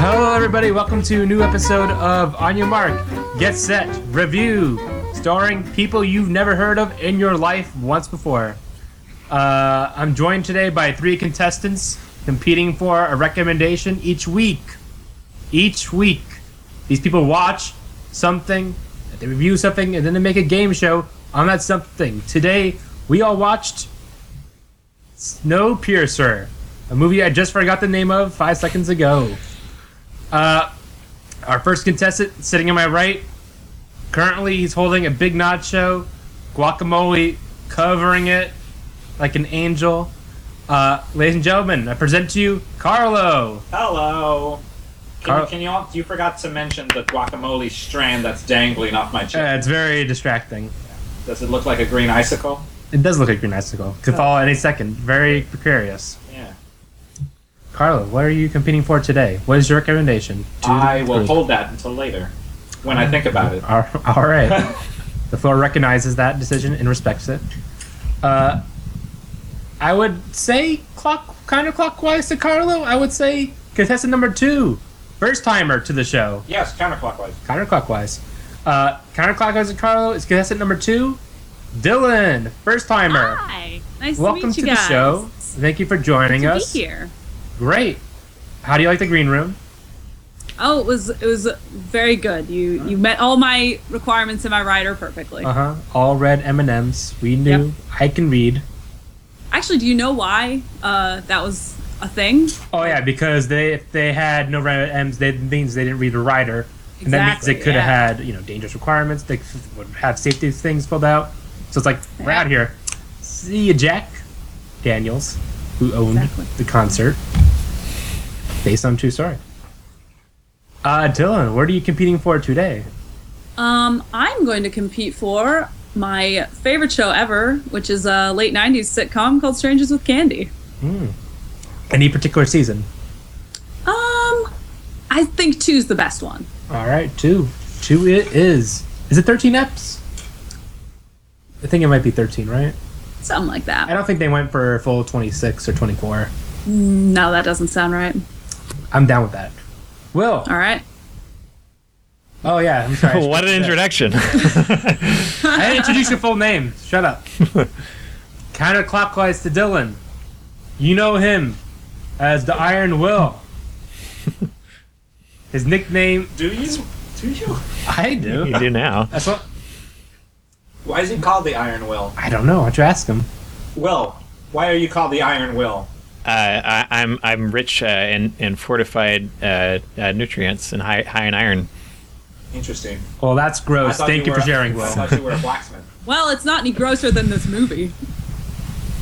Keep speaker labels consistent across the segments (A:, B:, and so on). A: Hello, everybody. Welcome to a new episode of On Your Mark, Get Set, Review, starring people you've never heard of in your life once before. Uh, I'm joined today by three contestants competing for a recommendation each week. Each week, these people watch something, they review something, and then they make a game show on that something. Today, we all watched Snowpiercer, a movie I just forgot the name of five seconds ago. Uh, our first contestant sitting on my right. Currently, he's holding a big nacho, guacamole covering it like an angel. Uh, ladies and gentlemen, I present to you Carlo.
B: Hello. Can,
A: Carl-
B: you can you all, you forgot to mention the guacamole strand that's dangling off my
A: Uh,
B: chin.
A: it's very distracting.
B: Does it look like a green icicle?
A: It does look like your icicle. Could
B: Oh.
A: fall any second. Very precarious.
B: Yeah.
A: Carlo, what are you competing for today? What is your recommendation? to the
B: I will
A: group?
B: hold that until later when I think about it.
A: All all right. the floor recognizes that decision and respects it. Uh, I would say clock counterclockwise to Carlo. I would say contestant number two, first timer to the show.
B: Yes, counterclockwise.
A: Counterclockwise. Uh, counterclockwise to Carlo is contestant number two, Dylan, first timer.
C: Hi. Nice
A: Welcome
C: to meet
A: to
C: Ah,
A: the
C: you guys.
A: show. Thank you for joining
C: Good to
A: us.
C: be here.
A: Great. How do you like the green room?
C: Oh, it was it was very good. You you met all my requirements in my rider perfectly.
A: Uh huh. All red M and M's. We knew.
C: Yep.
A: I can read.
C: Actually, do you know why uh, that was a thing?
A: Oh yeah, because they if they had no random M's, they means they didn't read a rider, and that means they
C: Exactly,
A: could have
C: yeah.
A: had you know dangerous requirements. They would have safety things filled out. So it's like we're
C: Yeah.
A: out here. See you, Jack Daniels, who owned
C: Exactly.
A: the concert, based on true story. Uh, Dylan, what are you competing for today?
C: Um, I'm going to compete for my favorite show ever, which is a late '90s sitcom called Strangers with Candy.
A: Any particular season?
C: Um, I think two's the best one.
A: All right, two, two. It is. Is it thirteen eps? I think it might be thirteen, right?
C: Something like
A: I
C: that.
A: don't think they went for a full 26 or 24.
C: No, that doesn't sound right.
A: I'm down with that. Will.
C: All right.
A: Oh, yeah. I'm sorry.
D: what an introduction.
A: I didn't introduce your full name. Shut up. Counterclockwise to Dylan. You know him as the Iron Will. His nickname,
B: Do you? Do you?
A: I do.
D: you do now.
A: That's what
B: Why is he called the Iron Will?
A: I don't know. Why don't you ask him?
B: Will, why are you called the Iron Will?
D: Uh, I, I'm I'm rich uh, in, in fortified uh, uh, nutrients and high high in iron.
B: Interesting.
A: Well, that's
B: I
A: gross.
B: thought
A: Thank you,
B: were
A: for
B: a-
A: sharing, Will.
B: I thought you were a blacksmith.
C: Well, it's not any grosser than this movie.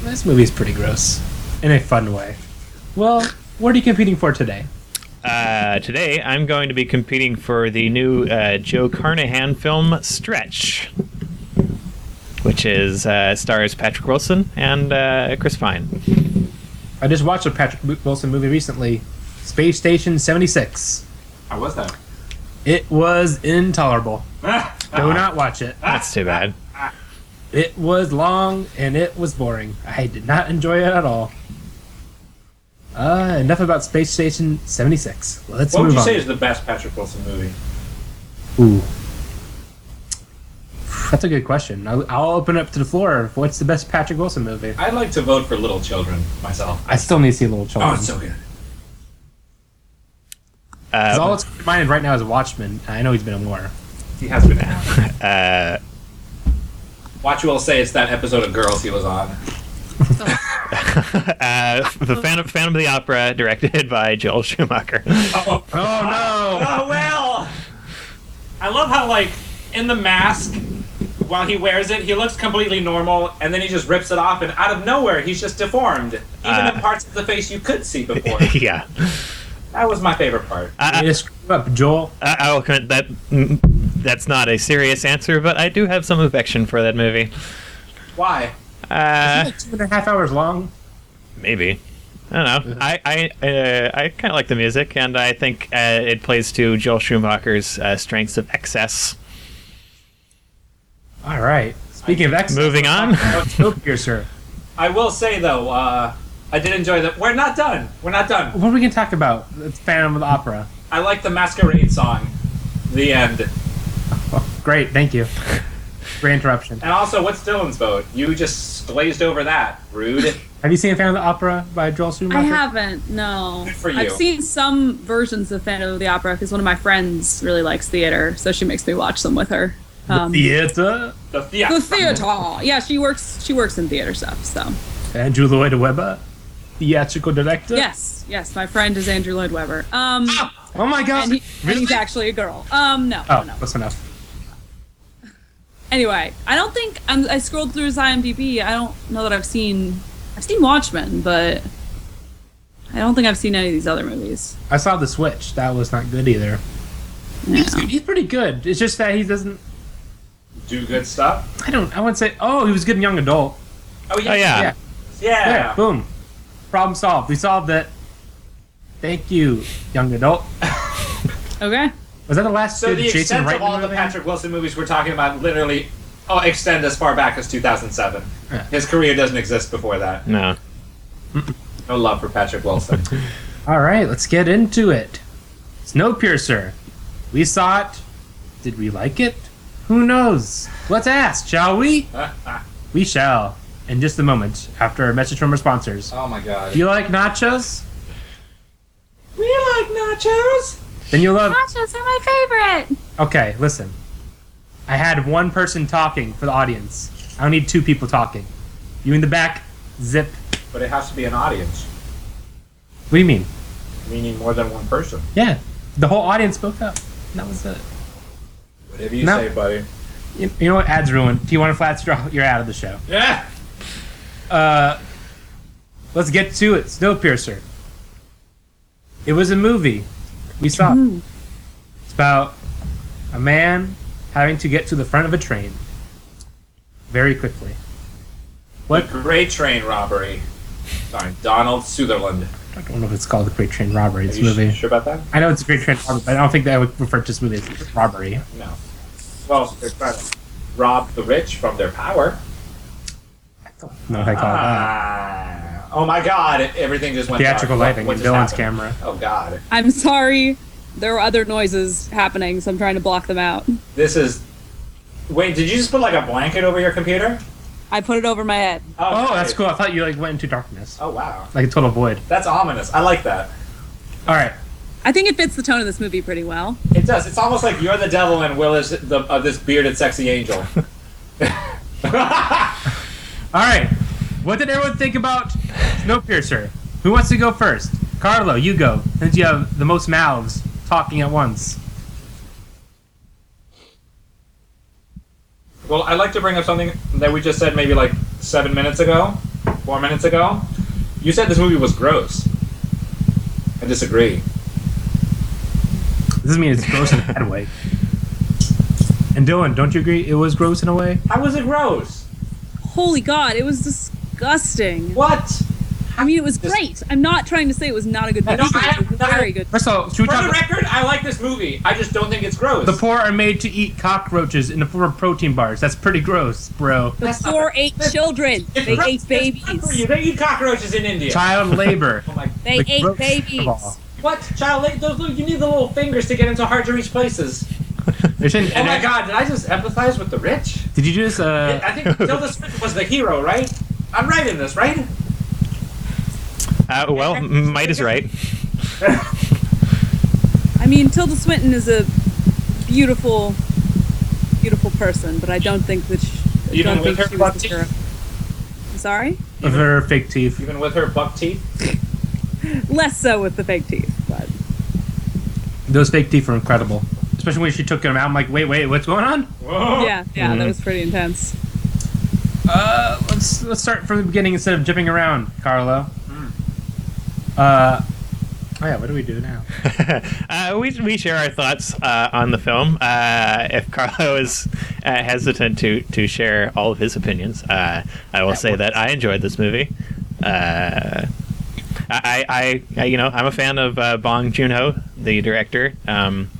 A: this movie's pretty gross in a fun way. Well, what are you competing for today?
D: Uh, today I'm going to be competing for the new uh, Joe Carnahan film Stretch, which is uh, stars Patrick Wilson and uh, Chris Pine.
A: I just watched a Patrick Wilson movie recently, Space Station 76.
B: How was that?
A: It was intolerable.
B: Ah,
A: Do not watch it.
D: That's too bad.
A: It was long and it was boring. I did not enjoy it at all. Uh, enough about Space Station 76. Let's
B: what would
A: move
B: you
A: on.
B: say is the best Patrick Wilson movie?
A: Ooh. That's a good question. I'll, I'll open up to the floor. What's the best Patrick Wilson movie?
B: I'd like to vote for Little Children myself.
A: I still need to see Little Children.
B: Oh, it's so good.
A: Because all
D: Uh,
A: that's in my mind right now is Watchmen. I know he's been in war.
B: He has been out.
D: uh,
B: Watch Will say it's that episode of Girls he was on.
D: uh, the Phantom, Phantom of the Opera, directed by Joel Schumacher.
B: Oh,
A: Oh
B: Uh, well. I love how like in the mask while he wears it, he looks completely normal, and then he just rips it off, and out of nowhere, he's just deformed. Even
D: Uh.
B: in parts of the face you could see before.
D: yeah. Uh,
B: that was my favorite part.
A: no! You screw up, Joel.
D: I, I will commit that mm, that's not a serious answer, but I do have some affection for that movie.
B: Why?
D: Uh,
A: Like two and a half hours long.
D: maybe. I don't know. I I, uh, I kind of like the music, and I think uh, it plays to Joel Schumacher's uh, strengths of excess.
A: All right. Speaking of excellence,
D: Moving on.
A: Snowpiercer.
B: I will say though, uh, I did enjoy that. We're not done. We're not done.
A: What are we gonna talk about? It's Phantom of the Opera.
B: I like the masquerade song. The end.
A: Great, thank you. Great interruption.
B: And also, what's Dylan's vote? You just glazed over that. Rude.
A: Have you seen Phantom of the Opera by Joel Schumacher?
C: I haven't. No,
B: Good for you.
C: I've seen some versions of Phantom of the Opera because one of my friends really likes theater, so she makes me watch them with her. Um,
A: Theater.
B: The yeah.
C: the theater. Yeah, she works. She works in theater stuff. So
A: Andrew Lloyd Webber, theatrical director.
C: yes, yes, my friend is Andrew Lloyd Webber. Um,
A: Oh my God.
C: and, he, and
A: really?
C: he's actually a girl. Um, no,
A: oh,
C: no.
A: that's enough.
C: Anyway, I don't think I'm, I scrolled through his IMDb. I don't know that I've seen. I've seen Watchmen, but I don't think I've seen any of these other movies.
A: I saw the Switch. That was not good either. He's, he's pretty good. It's just that he doesn't.
B: Do good stuff.
A: I don't. I wouldn't say. Oh, he was good in Young Adult.
B: Oh yeah.
D: Oh yeah.
B: Yeah.
A: There, boom. Problem solved. We solved it. Thank you, Young Adult.
C: Okay.
A: Was that the last
B: So
A: good
B: the
A: Jason
B: extent
A: Reitman
B: of all the
A: movie?
B: Patrick Wilson movies we're talking about literally oh extend as far back as 2007.
A: Yeah.
B: His career doesn't exist before that.
D: No.
B: No love for Patrick Wilson.
A: All right, let's get into it. Snowpiercer. We saw it. Did we like it? Who knows? Let's ask, shall we? We shall. In just a moment, after a message from our sponsors.
B: oh my god.
A: Do you like nachos?
B: We like nachos.
A: Then you'll love.
C: Nachos are my favorite.
A: Okay, listen. I had one person talking for the audience. I don't need two people talking. You in the back, zip.
B: But it has to be an audience,
A: What do you mean?
B: meaning more than one person.
A: Yeah, the whole audience spoke up. And that was it.
B: Whatever you
A: No.
B: say, buddy.
A: You, you know what? Ads ruined. If you want a flat straw, you're out of the show.
B: Yeah.
A: Let's get to it. Snowpiercer. It was a movie. We saw. it. It's about a man having to get to the front of a train very quickly.
B: What great train robbery. Sorry, Donald Sutherland.
A: I don't know if it's called the Great Train Robbery. It's
B: Are
A: a
B: you
A: movie.
B: sure about that?
A: I know it's a Great Train Robbery, but I don't think that I would refer to this movie as robbery.
B: No. Well, they're trying to rob the rich from their power.
A: No, I call it that.
B: Ah. Oh my god, everything just went
A: Theatrical
B: dark.
A: lighting
B: What-
A: in
B: what
A: Dylan's
B: just happened?
A: camera.
B: Oh god.
C: I'm sorry. There were other noises happening, so I'm trying to block them out.
B: This is. Wait, did you just put like a blanket over your computer?
C: I put it over my head.
A: Oh,
B: okay.
A: that's cool. I thought you like went into darkness,
B: Oh wow.
A: like a total void.
B: That's ominous. I like that.
A: All right.
C: I think it fits the tone of this movie pretty well.
B: It does. It's almost like you're the devil and Will is the, uh, this bearded sexy angel.
A: All right. What did everyone think about Snowpiercer? Who wants to go first? Carlo, you go, since you have the most mouths talking at once.
B: Well, I'd like to bring up something that we just said maybe like seven minutes ago, four minutes ago. You said this movie was gross. I disagree.
A: This doesn't mean it's gross in a bad way. And Dylan, don't you agree? It was gross in a way.
B: How was it gross?
C: Holy God, it was disgusting.
B: What?
C: I mean, it was great. I'm not trying to say it was not a good movie.
B: No, I-
C: It was
B: no, I-
C: very good.
A: First of all, should we
B: For the
A: talk?
B: record, I like this movie. I just don't think it's gross.
A: The poor are made to eat cockroaches in the form of protein bars. That's pretty gross, bro.
C: The
B: That's not-
C: four ate children.
B: It's
C: They
B: gross.
C: ate
B: It's bad for you.
C: babies.
B: They eat cockroaches in India.
A: Child labor.
B: oh my.
C: They
A: The
C: ate
A: gross
C: babies.
A: of all.
B: What child? Like, those little, you need the little fingers to get into hard to reach places.
A: They shouldn't-
B: Oh my God! Did I just empathize with the rich?
A: Did you do this? Uh,
B: I think Tilda Swinton was the hero, right? I'm right in this, right?
D: Uh, well, m- might is right.
C: I mean, Tilda Swinton is a beautiful, beautiful person, but I don't think that she, I
B: Even
C: don't
B: with
C: think
B: her
C: she was
B: butt
C: the
B: teeth?
C: hero. I'm sorry?
A: of her fake teeth.
B: Even with her buck teeth.
C: Less so with the fake teeth, but.
A: Those fake teeth are incredible, especially when she took them out. I'm like, wait, wait, what's going on?
B: Whoa.
C: Yeah, yeah, that was pretty intense.
A: Uh, let's let's start from the beginning instead of jumping around, Carlo. Hmm. Uh, oh yeah, what do we do now?
D: uh, we, we share our thoughts uh, on the film. Uh, if Carlo is uh, hesitant to, to share all of his opinions, uh, I will say that I enjoyed this movie. Uh, I, I, I, you know, I'm a fan of uh, Bong Joon-ho, the director. Um,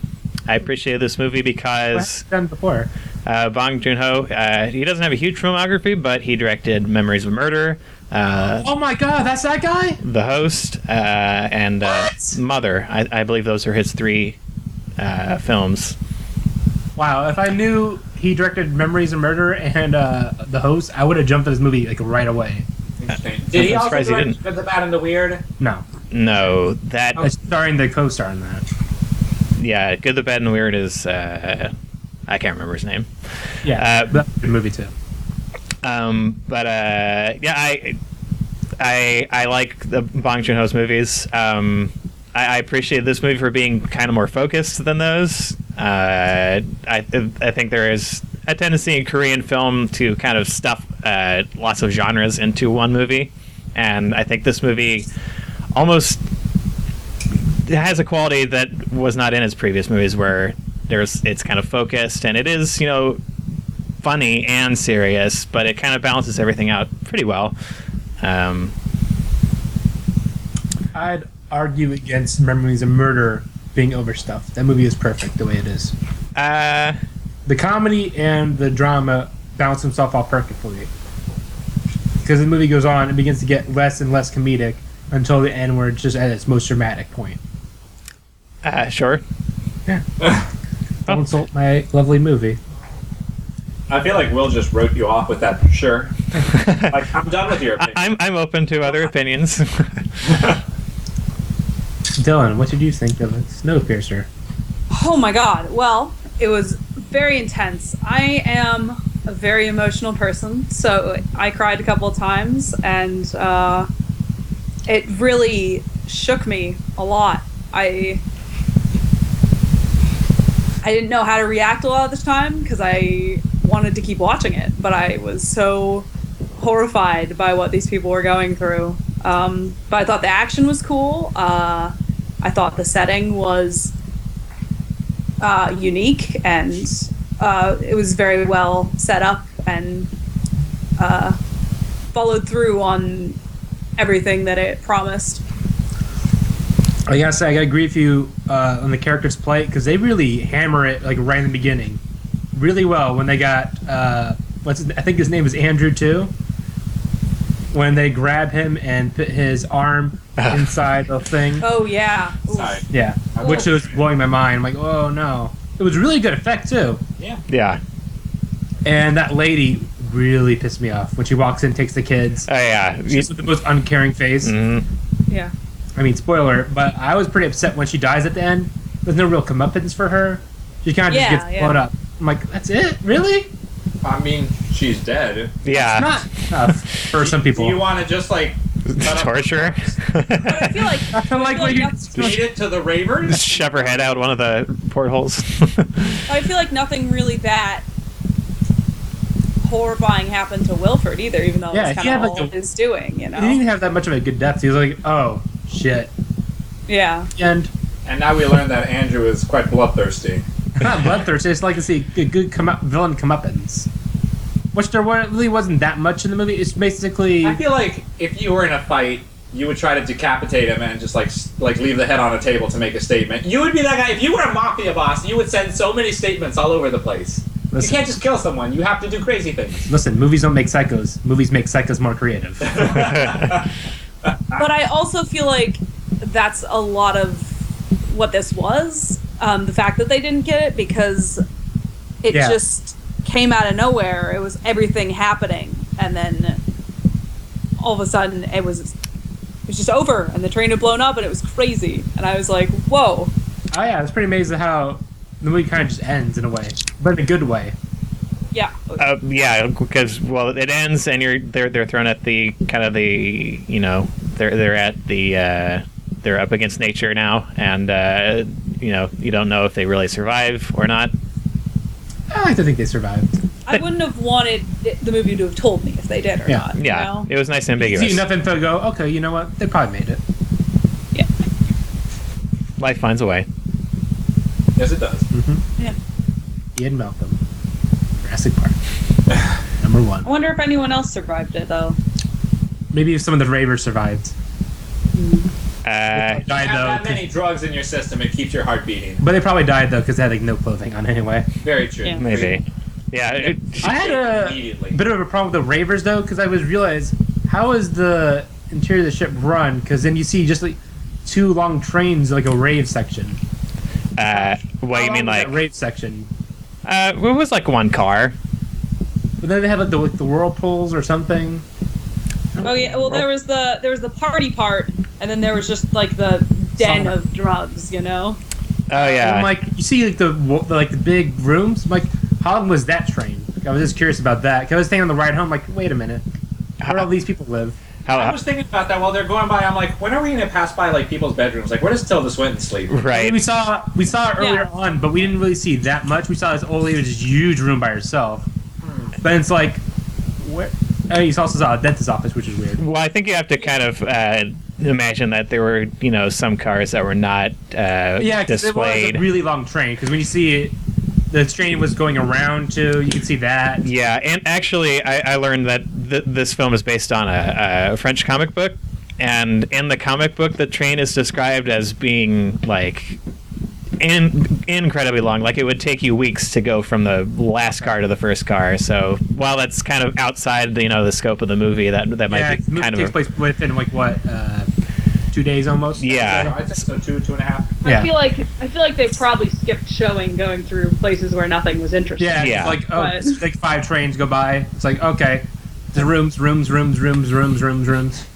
D: I appreciate this movie because
A: I've done before.
D: uh, Bong Joon Ho. Uh, he doesn't have a huge filmography, but he directed Memories of Murder, uh,
A: Oh my god, that's that guy?
D: the host, uh, and uh,
A: What?
D: Mother. I, I believe those are his three uh, films.
A: Wow, if I knew he directed Memories of Murder and uh, The Host, I would have jumped at this movie like right away.
B: Interesting. Did he
D: I'm
B: also
D: surprised he
B: direct
D: didn't.
B: Good, the Bad, and the Weird?
A: No,
D: No, that
A: it's starring the co-star in that.
D: yeah, Good, the Bad, and the Weird is uh, I can't remember his name.
A: Yeah,
D: Uh,
A: that's a good movie too.
D: Um, but uh, yeah, I I I like the Bong Joon Ho's movies. Um, I, I appreciate this movie for being kind of more focused than those. Uh, I I think there is a tendency in Korean film to kind of stuff uh, lots of genres into one movie, and I think this movie almost it has a quality that was not in his previous movies where there's it's kind of focused and it is you know funny and serious but it kind of balances everything out pretty well um,
A: I'd argue against Memories of Murder being overstuffed. That movie is perfect the way it is.
D: uh,
A: The comedy and the drama balance themselves out perfectly. Because the movie goes on, it begins to get less and less comedic until the end, where it's just at its most dramatic point.
D: uh, sure
A: Don't insult my lovely movie.
B: I feel like Will just wrote you off with that. Sure. like I'm done with your
D: I,
B: opinion.
D: I'm, I'm open to other opinions
A: Dylan, what did you think of Snowpiercer?
C: Oh my god. Well, it was very intense. I am a very emotional person, so I cried a couple of times, and uh, it really shook me a lot. I I didn't know how to react a lot of the time because I wanted to keep watching it, but I was so horrified by what these people were going through. Um, but I thought the action was cool. Uh, I thought the setting was uh, unique and uh, it was very well set up and uh, followed through on everything that it promised.
A: I gotta say, I gotta agree with you uh, on the characters' plight because they really hammer it like right in the beginning, really well. When they got uh, what's his, I think his name is Andrew too. When they grab him and put his arm inside the thing,
C: Oh yeah, Oof.
B: Sorry.
A: yeah,
C: Oh.
A: which was blowing my mind. I'm like, oh no, it was really good effect too.
D: yeah
A: And that lady really pissed me off when she walks in, takes the kids.
B: Uh,
D: oh yeah
A: She's with the most uncaring face.
D: Mhm.
C: yeah.
B: Mm-hmm.
A: I mean, spoiler, but I was pretty upset when she dies at the end. There's no real comeuppance for her. She kind of
C: Yeah,
A: just gets
C: yeah.
A: blown up. I'm like, that's it? Really?
B: I mean, she's dead.
D: yeah
A: Not enough for some
B: Do Uh, you
A: people.
B: want to just like cut up-
D: torture
C: But I feel like I
A: kinda
C: feel
A: like what you-
C: nothing-
B: Feed it to the ravers.
D: shove her head out one of the portholes
C: I feel like nothing really that horrifying happened to Wilford either, even though
A: Yeah,
C: that's
A: he
C: kind
A: had,
C: of
A: like,
C: all
A: a-
C: it's doing,
A: He
C: you
A: didn't
C: know?
A: even have that much of a good death. He was like, oh, shit.
C: Yeah.
A: And
B: And now we learn that Andrew is quite bloodthirsty.
A: not bloodthirsty. I just like to see a good come up, villain comeuppance. Which there wa- really wasn't that much in the movie. It's basically.
B: I feel like if you were in a fight, you would try to decapitate him and just like s- like leave the head on a table to make a statement. You would be that guy. If you were a mafia boss, you would send so many statements all over the place.
A: Listen.
B: You can't just kill someone. You have to do crazy things.
A: Listen, movies don't make psychos. Movies make psychos more creative. Oh
C: but I also feel like that's a lot of what this was. Um, the fact that they didn't get it because it
A: Yeah.
C: just came out of nowhere. It was everything happening, and then all of a sudden it was it was just over, and the train had blown up, and it was crazy. And I was like, "Whoa,
A: Oh yeah, I was pretty amazed at how the movie kind of just ends in a way, but in a good way.
C: yeah,
D: Uh, yeah, because well, it ends and you're they're they're thrown at the kind of the you know they're they're at the uh, they're up against nature now, and uh, you know you don't know if they really survive or not.
A: I like to think they survived.
C: I wouldn't have wanted th- the movie to have told me if they did or
A: Yeah.
C: not." you
D: Yeah,
C: know?
D: it was nice and
A: You see
D: ambiguous.
A: enough info, to go okay. You know what? They probably made it.
C: yeah,
D: Life finds a way.
B: Yes, it does.
C: yeah.
A: Ian Malcolm, Jurassic Park, number
C: I
A: one.
C: wonder if anyone else survived it though.
A: Maybe if some of the ravers survived.
D: Uh,
A: They probably died
B: Have that
A: though, 'cause-
B: many drugs in your system, it keeps your heart beating.
A: but they probably died though because they had like no clothing on anyway.
B: Very true.
C: Yeah.
D: maybe. Yeah, it,
A: I had a
B: Immediately.
A: bit of a problem with the ravers though because I was realized how is the interior of the ship run? Because then you see just like two long trains, like a rave section.
D: Uh, what
A: How
D: you mean,
A: long is
D: like
A: that rave section?
D: uh, it was like one car.
A: But then they have like the, like, the whirlpools or something.
C: Oh yeah. Well, there was the there was the party part, and then there was just like the den
A: Summer.
C: of drugs. You know.
D: Oh
A: And
D: yeah,
A: I'm like, you see like the, wo- the like the big rooms. I'm like, how long was that train? Like, I was just curious about that. 'Cause I was thinking on the ride home, like, wait a minute, where do all these people live?
B: I
D: how,
B: was thinking about that while they're going by. I'm like, when are we gonna pass by like people's bedrooms? Like, where does Tilda Swinton sleep?
A: I mean,
D: right?
A: we saw we saw it earlier
C: Yeah.
A: on, but we didn't really see that much. We saw this old lady with this huge room by herself. But it's like, where? Oh, you also saw a dentist's office, which is weird.
D: Well, I think you have to kind of uh, imagine that there were, you know, some cars that were not uh,
A: Yeah, because it was
D: displayed.
A: a really long train. Because when you see it, the train was going around too. You can see that.
D: yeah, and actually, I, I learned that th- this film is based on a, a French comic book, and in the comic book, the train is described as being like. In, incredibly long like it would take you weeks to go from the last car to the first car so while that's kind of outside the, you know the scope of the movie that that might
A: yeah,
D: be
A: the movie
D: kind of
A: takes
D: a-
A: place within like what uh, two days almost.
D: yeah
B: I think so. Two, two and a half.
A: Yeah.
C: I feel like I feel like they probably skipped showing going through places where nothing was interesting.
A: Yeah,
D: Yeah.
A: It's like oh,
C: But-
A: it's like five trains go by. It's like okay, the rooms, rooms, rooms, rooms, rooms, rooms, rooms.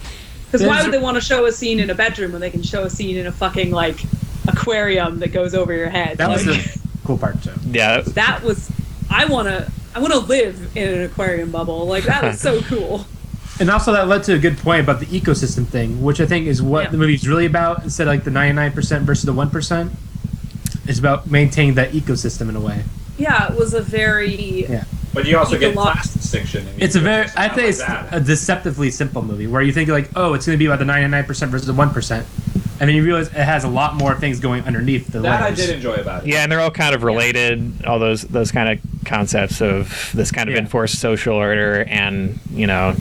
C: Because why
A: There's-
C: would they want to show a scene in a bedroom when they can show a scene in a fucking like aquarium that goes over your head?
A: That was
C: Like,
A: the cool part too.
D: yeah
C: that was. I wanna I wanna live in an aquarium bubble. Like that was so cool.
A: And also that led to a good point about the ecosystem thing, which I think is what
C: Yeah.
A: the movie's really about. Instead of like the ninety nine percent versus the one percent, it's about maintaining that ecosystem in a way.
C: Yeah, it was a very
A: Yeah,
B: But you also
C: It's a
B: get
C: lot.
B: class distinction. in the
A: it's a very
B: ecosystem.
A: I
B: like
A: think it's
B: that.
A: a deceptively simple movie where you think like oh it's going to be about the ninety nine percent versus the one percent, and then you realize it has a lot more things going underneath the
B: that I
A: layers.
B: did enjoy about it.
D: Yeah, and they're all kind of related. All those those kind of concepts of this kind of
A: Yeah.
D: enforced social order, and you know,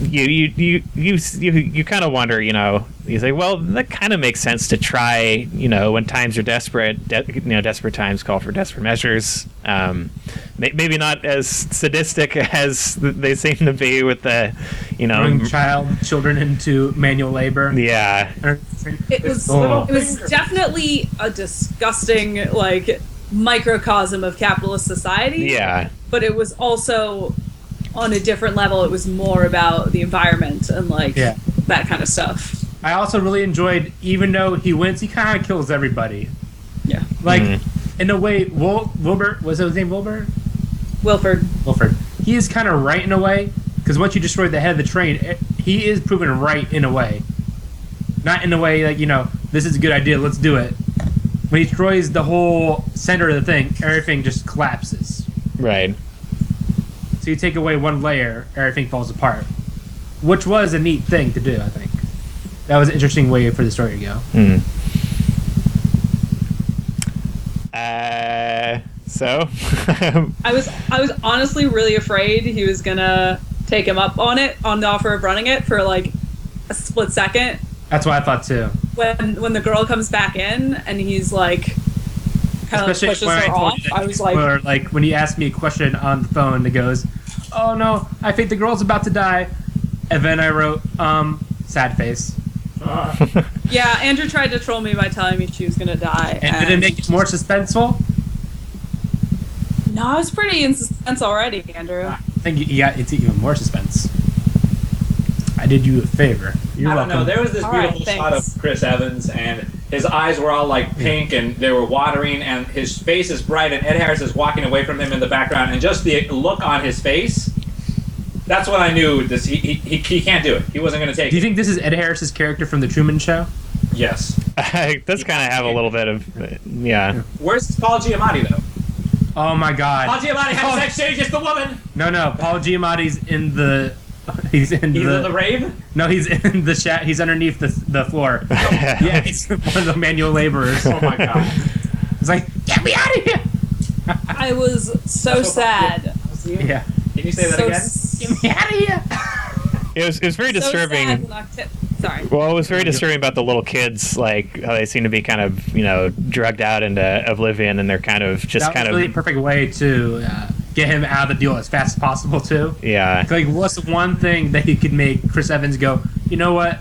D: you you you you you, you kind of wonder, you know, you say, well, that kind of makes sense to try, you know, when times are desperate, de- you know, desperate times call for desperate measures. Um, may- maybe not as sadistic as th- they seem to be with the, you know,
A: Bring child children into manual labor.
D: yeah,
C: It was
A: Oh.
C: it was definitely a disgusting like microcosm of capitalist society.
D: yeah.
C: But it was also on a different level. It was more about the environment and like
A: Yeah.
C: that kind of stuff.
A: I also really enjoyed, even though he wins, he kind of kills everybody.
C: Yeah,
A: Like,
D: Mhm.
A: in a way, Wil- Wilbur, was that his name Wilbur?
C: Wilford.
A: Wilford. He is kind of right in a way, because once you destroy the head of the train, it, he is proven right in a way. Not in a way like, you know, this is a good idea, let's do it. When he destroys the whole center of the thing, everything just collapses.
D: Right.
A: So you take away one layer, everything falls apart. Which was a neat thing to do, I think. That was an interesting way for the story to go.
D: Hmm. Uh, so, um,
C: I was I was honestly really afraid he was gonna take him up on it on the offer of running it for like a split second
A: That's what I thought too.
C: when when the girl comes back in and he's like kind of
A: Especially
C: pushes
A: when I
C: her
A: told
C: off.
A: you that-
C: I was like,
A: or like when he asked me a question on the phone, that goes, "Oh no, I think the girl's about to die," and then I wrote, "Um, sad face,"
C: yeah. Andrew tried to troll me by telling me she was gonna die.
A: and did it make it more suspenseful?
C: no, I was pretty in suspense already, Andrew.
A: I think yeah, it's even more suspense. I did you a favor. You're
B: I don't
A: welcome.
B: know. There was this
C: All right,
B: beautiful shot of
C: thanks.
B: Chris Evans, and his eyes were all like pink, and they were watering, and his face is bright. And Ed Harris is walking away from him in the background, and just the look on his face. That's when I knew this. He, he, he, he can't do it. He wasn't going to take
A: do you
B: it.
A: think this is Ed Harris's character from the Truman Show?
B: Yes.
D: I does kind of have a little bit of, yeah.
B: Where's Paul Giamatti though?
A: Oh my
B: Paul
A: God!
B: Giamatti
A: Oh.
B: had sex change. It's the woman.
A: No, no. Paul Giamatti's in the. He's in
B: He's
A: the,
B: in the rave.
A: No, he's in the shat. He's underneath the the floor. yeah, he's one of the manual laborers.
B: Oh my god.
A: It's like, get me out of here!
C: I was so
B: That's what-
C: sad.
A: Yeah.
B: Can you say that
C: so
B: again?
C: s-
A: me out of here!
D: It was it was very
C: so sad
D: disturbing.
C: when I t- Sorry.
D: Well, it was very disturbing about the little kids, like how they seem to be kind of you know drugged out into uh, oblivion, and they're kind of just
A: that
D: kind
A: was really
D: of
A: perfect way to uh, get him out of the deal as fast as possible too.
D: Yeah.
A: Like, what's the one thing that he could make Chris Evans go, you know what?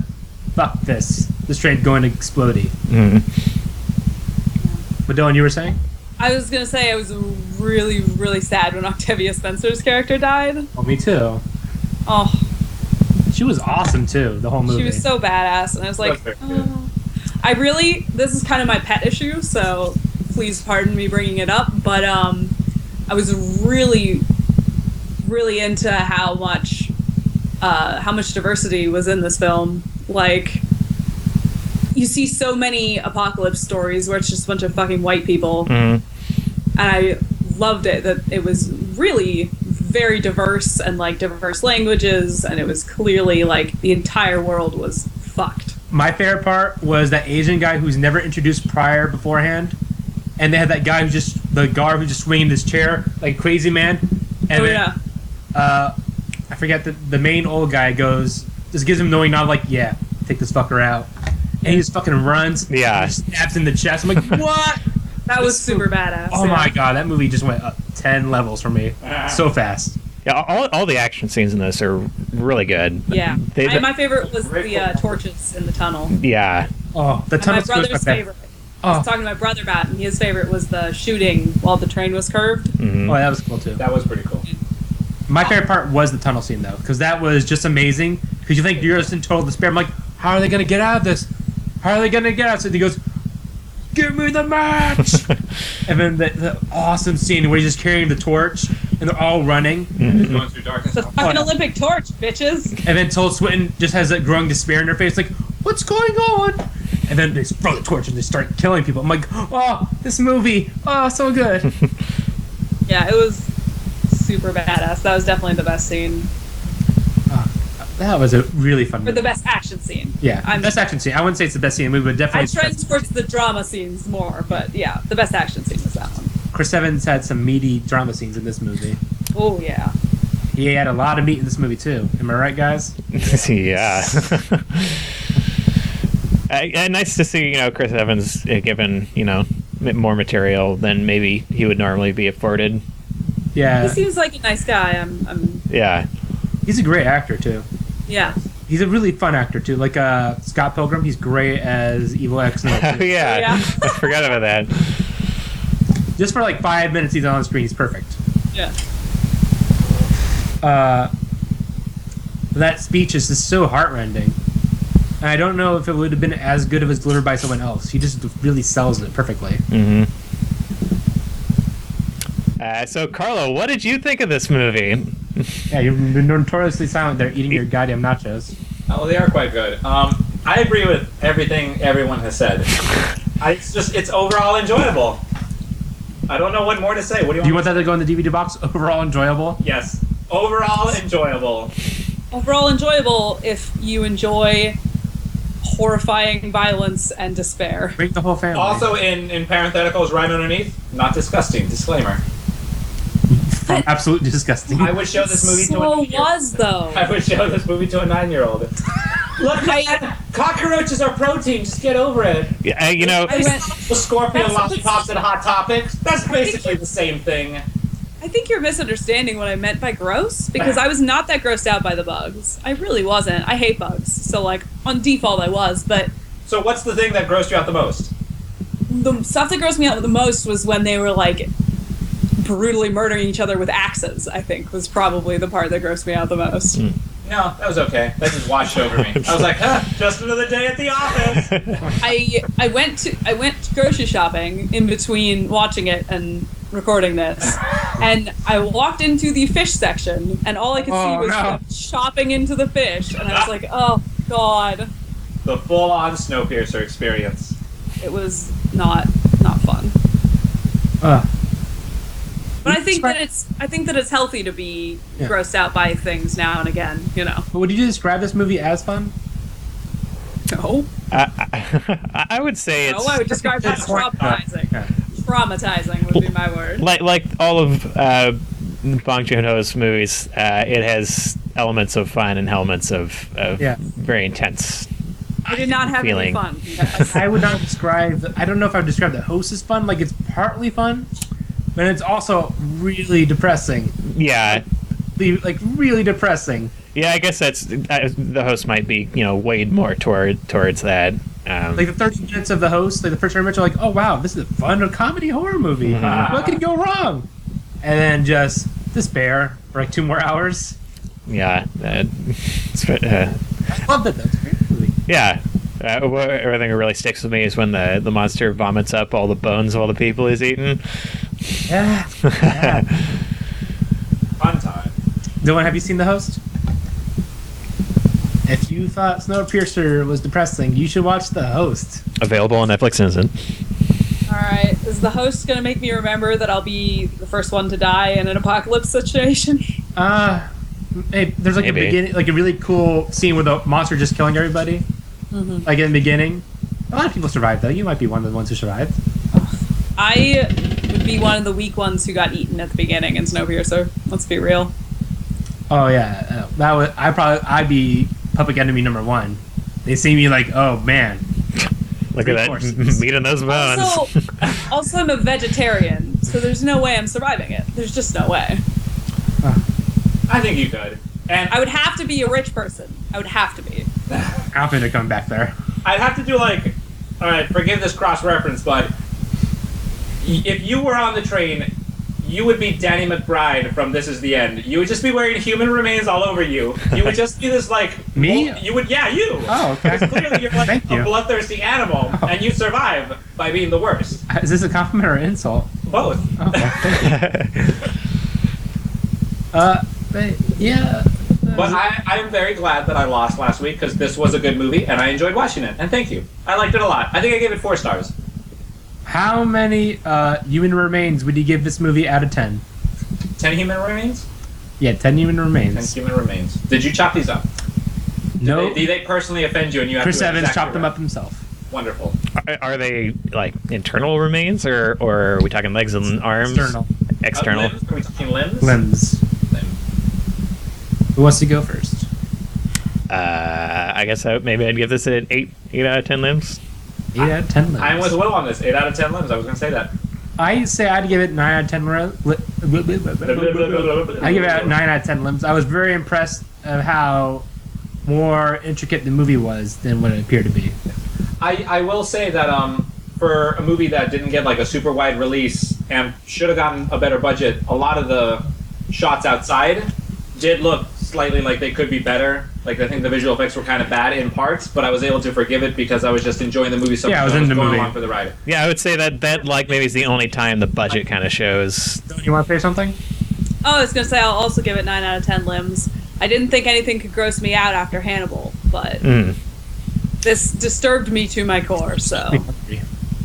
A: Fuck this. This train's going to explodey.
D: Mm-hmm.
A: But Dylan, you were saying?
C: I was gonna say I was really, really sad when Octavia Spencer's character died.
A: Oh, me too.
C: Oh,
A: She was awesome too. The whole movie.
C: she was so badass, and I was like,
B: That's very good.
C: oh. I really. This is kind of my pet issue, so please pardon me bringing it up. But um, I was really, really into how much, uh, how much diversity was in this film. Like, you see so many apocalypse stories where it's just a bunch of fucking white people.
D: Mhm.
C: and I loved it that it was really very diverse and like diverse languages and it was clearly like the entire world was fucked.
A: My favorite part was that Asian guy who's never introduced prior beforehand, and they had that guy who just the guard who just swinging his chair like crazy man, and
C: oh
A: then,
C: yeah.
A: uh, I forget that the main old guy goes just gives him knowing nod like yeah take this fucker out, and he just fucking runs
D: Yeah.
A: stabs in the chest. I'm like what?
C: That was super badass.
A: Oh
C: yeah.
A: my god, that movie just went up ten levels for me so fast.
D: Yeah, all, all the action scenes in this are really good.
C: Yeah.
D: They-
C: I- my favorite was the uh, torches in the tunnel. And
D: Yeah.
A: Oh, the tunnel
C: my
A: explosion-
C: brother's
A: okay.
C: favorite. I
A: Oh,
C: was talking to my brother about it, and his favorite was the shooting while the train was curved.
D: Mm-hmm.
A: oh, that was cool too.
B: That was pretty cool.
A: My favorite part was the tunnel scene though, because that was just amazing. Because you think Euro's in total despair. I'm like, how are they gonna get out of this? How are they gonna get out? So he goes, "Give me the match!" and then the, the awesome scene where he's just carrying the torch and they're all running.
B: Going through darkness.
C: The fucking
A: Oh, yeah.
C: Olympic torch, bitches.
A: And then Toll Swinton just has that growing despair in her face, like, "What's going on?" And then they throw the torch and they start killing people. I'm like, "Oh, this movie! Oh, so good!"
C: Yeah, it was super badass. That was definitely the best scene
A: that was a really fun.
C: or
A: Movie.
C: the best action scene.
A: yeah,
C: I'm-
A: best action scene. I wouldn't say it's the best scene in the movie, but definitely.
C: I
A: it's the best
C: trend towards the drama scenes more, but yeah, the best action scene was that one.
A: Chris Evans had some meaty drama scenes in this movie.
C: Oh yeah,
A: He had a lot of meat in this movie too. Am I right, guys? Oh,
D: yeah. I, and nice to see you know Chris Evans uh, given you know m- more material than maybe he would normally be afforded.
B: Uh,
C: he
A: Yeah,
C: seems like a nice guy. I'm, I'm
D: Yeah.
A: he's a great actor too.
C: yeah.
A: He's a really fun actor too. Like uh, Scott Pilgrim, he's great as Evil X.
D: yeah.
A: Nil, too.
C: Yeah.
D: I forgot about that.
A: Just for like five minutes, he's on screen. He's perfect.
C: Yeah,
A: Uh, that speech is just so heartrending. And I don't know if it would have been as good if it was delivered by someone else. He just really sells it perfectly.
D: hmm Uh, so Carlo, what did you think of this movie? Uh,
A: Yeah, you're notoriously silent there, eating your goddamn nachos.
B: Oh, they are quite good. Um, I agree with everything everyone has said. I, it's just it's overall enjoyable. I don't know what more to say. What do you want?
A: Do you want that to go in the DVD box? Overall enjoyable.
B: Yes. Overall enjoyable.
C: overall enjoyable if you enjoy horrifying violence and despair.
A: Break the whole family.
B: Also in in parentheticals right underneath, not disgusting. Disclaimer.
A: From absolute disgusting.
B: I would show this movie to a
C: So
B: nine-year-old.
C: was though.
B: I would show this movie to a nine-year-old. Look, man, cockroaches are protein. Just get over it.
D: Yeah, uh, you know,
C: I went.
B: The scorpion
C: That's-
B: lollipops and hot topics. That's basically the same thing.
C: I think you're misunderstanding what I meant by gross because I was not that grossed out by the bugs. I really wasn't. I hate bugs, so like on default I was, but
B: So what's the thing that grossed you out the most?
C: the stuff that grossed me out the most was when they were like brutally murdering each other with axes. I think was probably the part that grossed me out the most.
B: No, that was okay. That just washed over me. I was like, huh, just another day at the office.
C: I I went to I went grocery shopping in between watching it and recording this, and I walked into the fish section, and all I could
A: Oh,
C: see was
A: no.
C: them chopping into the fish, and I was like, oh god,
B: The full-on Snowpiercer experience.
C: it was not not fun.
A: Ugh.
C: But I think
A: Describe-
C: that it's I think that it's healthy to be
A: Yeah.
C: grossed out by things now and again. You know.
A: But would you describe this movie as fun?
C: No.
D: I, I, I would say it's uh,
C: No, I would Oh, describe that as traumatizing.
A: Yeah.
C: Traumatizing would be my word.
D: like like all of uh, Bong Joon Ho's movies, uh, it has elements of fun and elements of, of
A: Yeah.
D: very intense.
C: I did not have
D: feeling.
C: any fun. Yes.
A: I would not describe. I don't know if I would describe the host as fun. Like it's partly fun, but it's also really depressing.
D: Yeah,
A: Really- Like really depressing.
D: yeah. I guess that's uh, the host might be you know weighed more toward towards that. Um,
A: Like the 30 minutes of the host, like the first 30 minutes are like, oh wow, this is a fun comedy horror movie.
D: Mhm.
A: What could go wrong? And then just despair for like two more hours.
D: yeah, uh, it's, uh,
A: I love that though. It's a great movie.
D: yeah. Uh, what, I think it really sticks with me is when the, the monster vomits up all the bones of all the people he's eaten.
A: Yeah. yeah.
B: Fun time.
A: Dylan, have you seen the host? If you thought Snowpiercer was depressing, you should watch the host.
D: Available on Netflix Instant.
C: All right. Is the host going to make me remember that I'll be the first one to die in an apocalypse situation?
A: Uh, hey, there's like
D: Maybe.
A: a beginning, like a really cool scene with a monster just killing everybody. Like in the beginning, a lot of people survived though. You might be one of the ones who survived.
C: I would be one of the weak ones who got eaten at the beginning in Snowpiercer. Let's be real.
A: Oh yeah, uh, that was I probably I'd be public enemy number one. They see me like, oh man,
D: Look
A: Three
D: at that
A: courses.
D: meat in those bones.
C: Also, also, I'm a vegetarian, so there's no way I'm surviving it. There's just no way.
B: I think you could. And
C: I would have to be a rich person. I would have to be.
A: I'm gonna come back there.
B: I'd have to do like, all right, forgive this cross reference, but y- if you were on the train, you would be Danny McBride from This Is the End. You would just be wearing human remains all over you. You would just be this like
A: Me?
B: well, you would, yeah, you.
A: Oh, okay.
B: Because clearly, you're like
A: Thank
B: a
A: you.
B: bloodthirsty animal,
A: Oh.
B: and you survive by being the worst.
A: Is this a compliment or insult?
B: Both.
A: Oh, well, thank you. uh, but yeah.
B: But I, I am very glad that I lost last week because this was a good movie and I enjoyed watching it. And thank you. I liked it a lot. I think I gave it four stars.
A: How many uh, human remains would you give this movie out of ten?
B: Ten human remains?
A: Yeah, ten human
B: Ten
A: remains.
B: human remains. Did you chop these up?
A: No,
B: They, they personally offend you, and you have
A: Chris
B: to
A: Evans
B: exactly
A: chopped them
B: right.
A: up himself.
B: Wonderful.
D: are, are they like internal remains, or or are we talking legs and arms?
A: External
D: External.
B: Uh, limbs? Are we talking limbs?
A: limbs.
B: Limb.
A: Who wants to go first?
D: Uh, I guess I, maybe I'd give this an eight eight out of ten limbs.
A: Eight out of ten limbs.
B: I'm with Will on this. Eight out of ten limbs. I was going to say that.
A: I say I'd give it nine out of ten. Li- li- li- li- li- li- li- li- I give it out nine out of ten limbs. I was very impressed of how more intricate the movie was than what it appeared to be.
B: I, I will say that um, for a movie that didn't get like a super wide release and should have gotten a better budget, a lot of the shots outside did look slightly like they could be better. Like I think the visual effects were kind of bad in parts, but I was able to forgive it because I was just enjoying the movie so
A: Yeah, I
B: much.
A: was in the
B: going
A: movie.
B: along for the ride.
D: Yeah, I would say that that like maybe is the only time the budget kind of shows.
A: You want to say something?
C: Oh, I was gonna say I'll also give it nine out of ten limbs. I didn't think anything could gross me out after Hannibal, but
D: Mm.
C: this disturbed me to my core. So
A: Oh.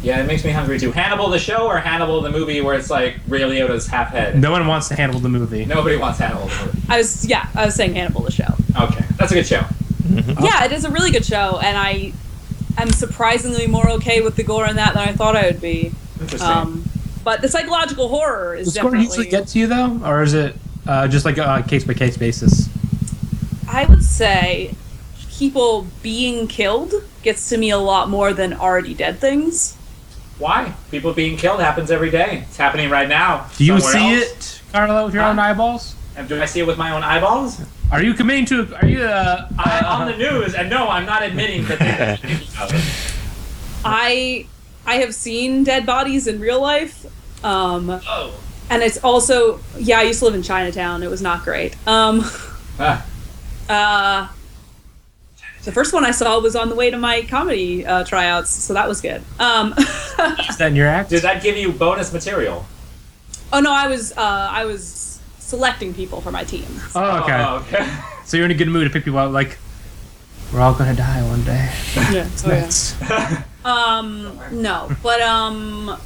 B: Yeah, it makes me hungry too. Hannibal the show or Hannibal the movie, where it's like Ray Liotta's half head.
A: No one wants to handle the movie.
B: Nobody wants Hannibal the movie.
C: I was, yeah, I was saying Hannibal the show.
A: Uh-huh.
B: Okay, that's a good show.
C: Yeah, it is a really good show, and I am surprisingly more okay with the gore in that than I thought I would be.
B: Interesting.
C: Um, but the psychological horror is
A: Does score
C: definitely.
A: usually get to you though, or is it uh, just like a case by case basis?
C: I would say people being killed gets to me a lot more than already dead things.
B: Why? People being killed happens every day. It's happening right now.
A: Do you
B: Somewhere
A: see
B: else.
A: it, Carlo, with your
B: Huh?
A: own eyeballs?
B: And do I see it with my own eyeballs?
A: Are you committing to? Are you? Uh,
B: I'm
A: uh,
B: on the news, and no, I'm not admitting that they of it.
C: I I have seen dead bodies in real life. Um,
B: Oh.
C: and it's also yeah, I used to live in Chinatown. It was not great. Um,
B: Ah,
C: uh, the first one I saw was on the way to my comedy uh, tryouts, so that was good. Um,
A: is that in your act?
B: did that give you bonus material?
C: oh no, I was uh, I was selecting people for my team.
A: Oh, okay.
B: Oh, okay.
A: So you're in a good mood to pick people out. Like, we're all gonna die one day.
C: Yeah. Oh, yeah.
A: That's-
C: Um, no, but um,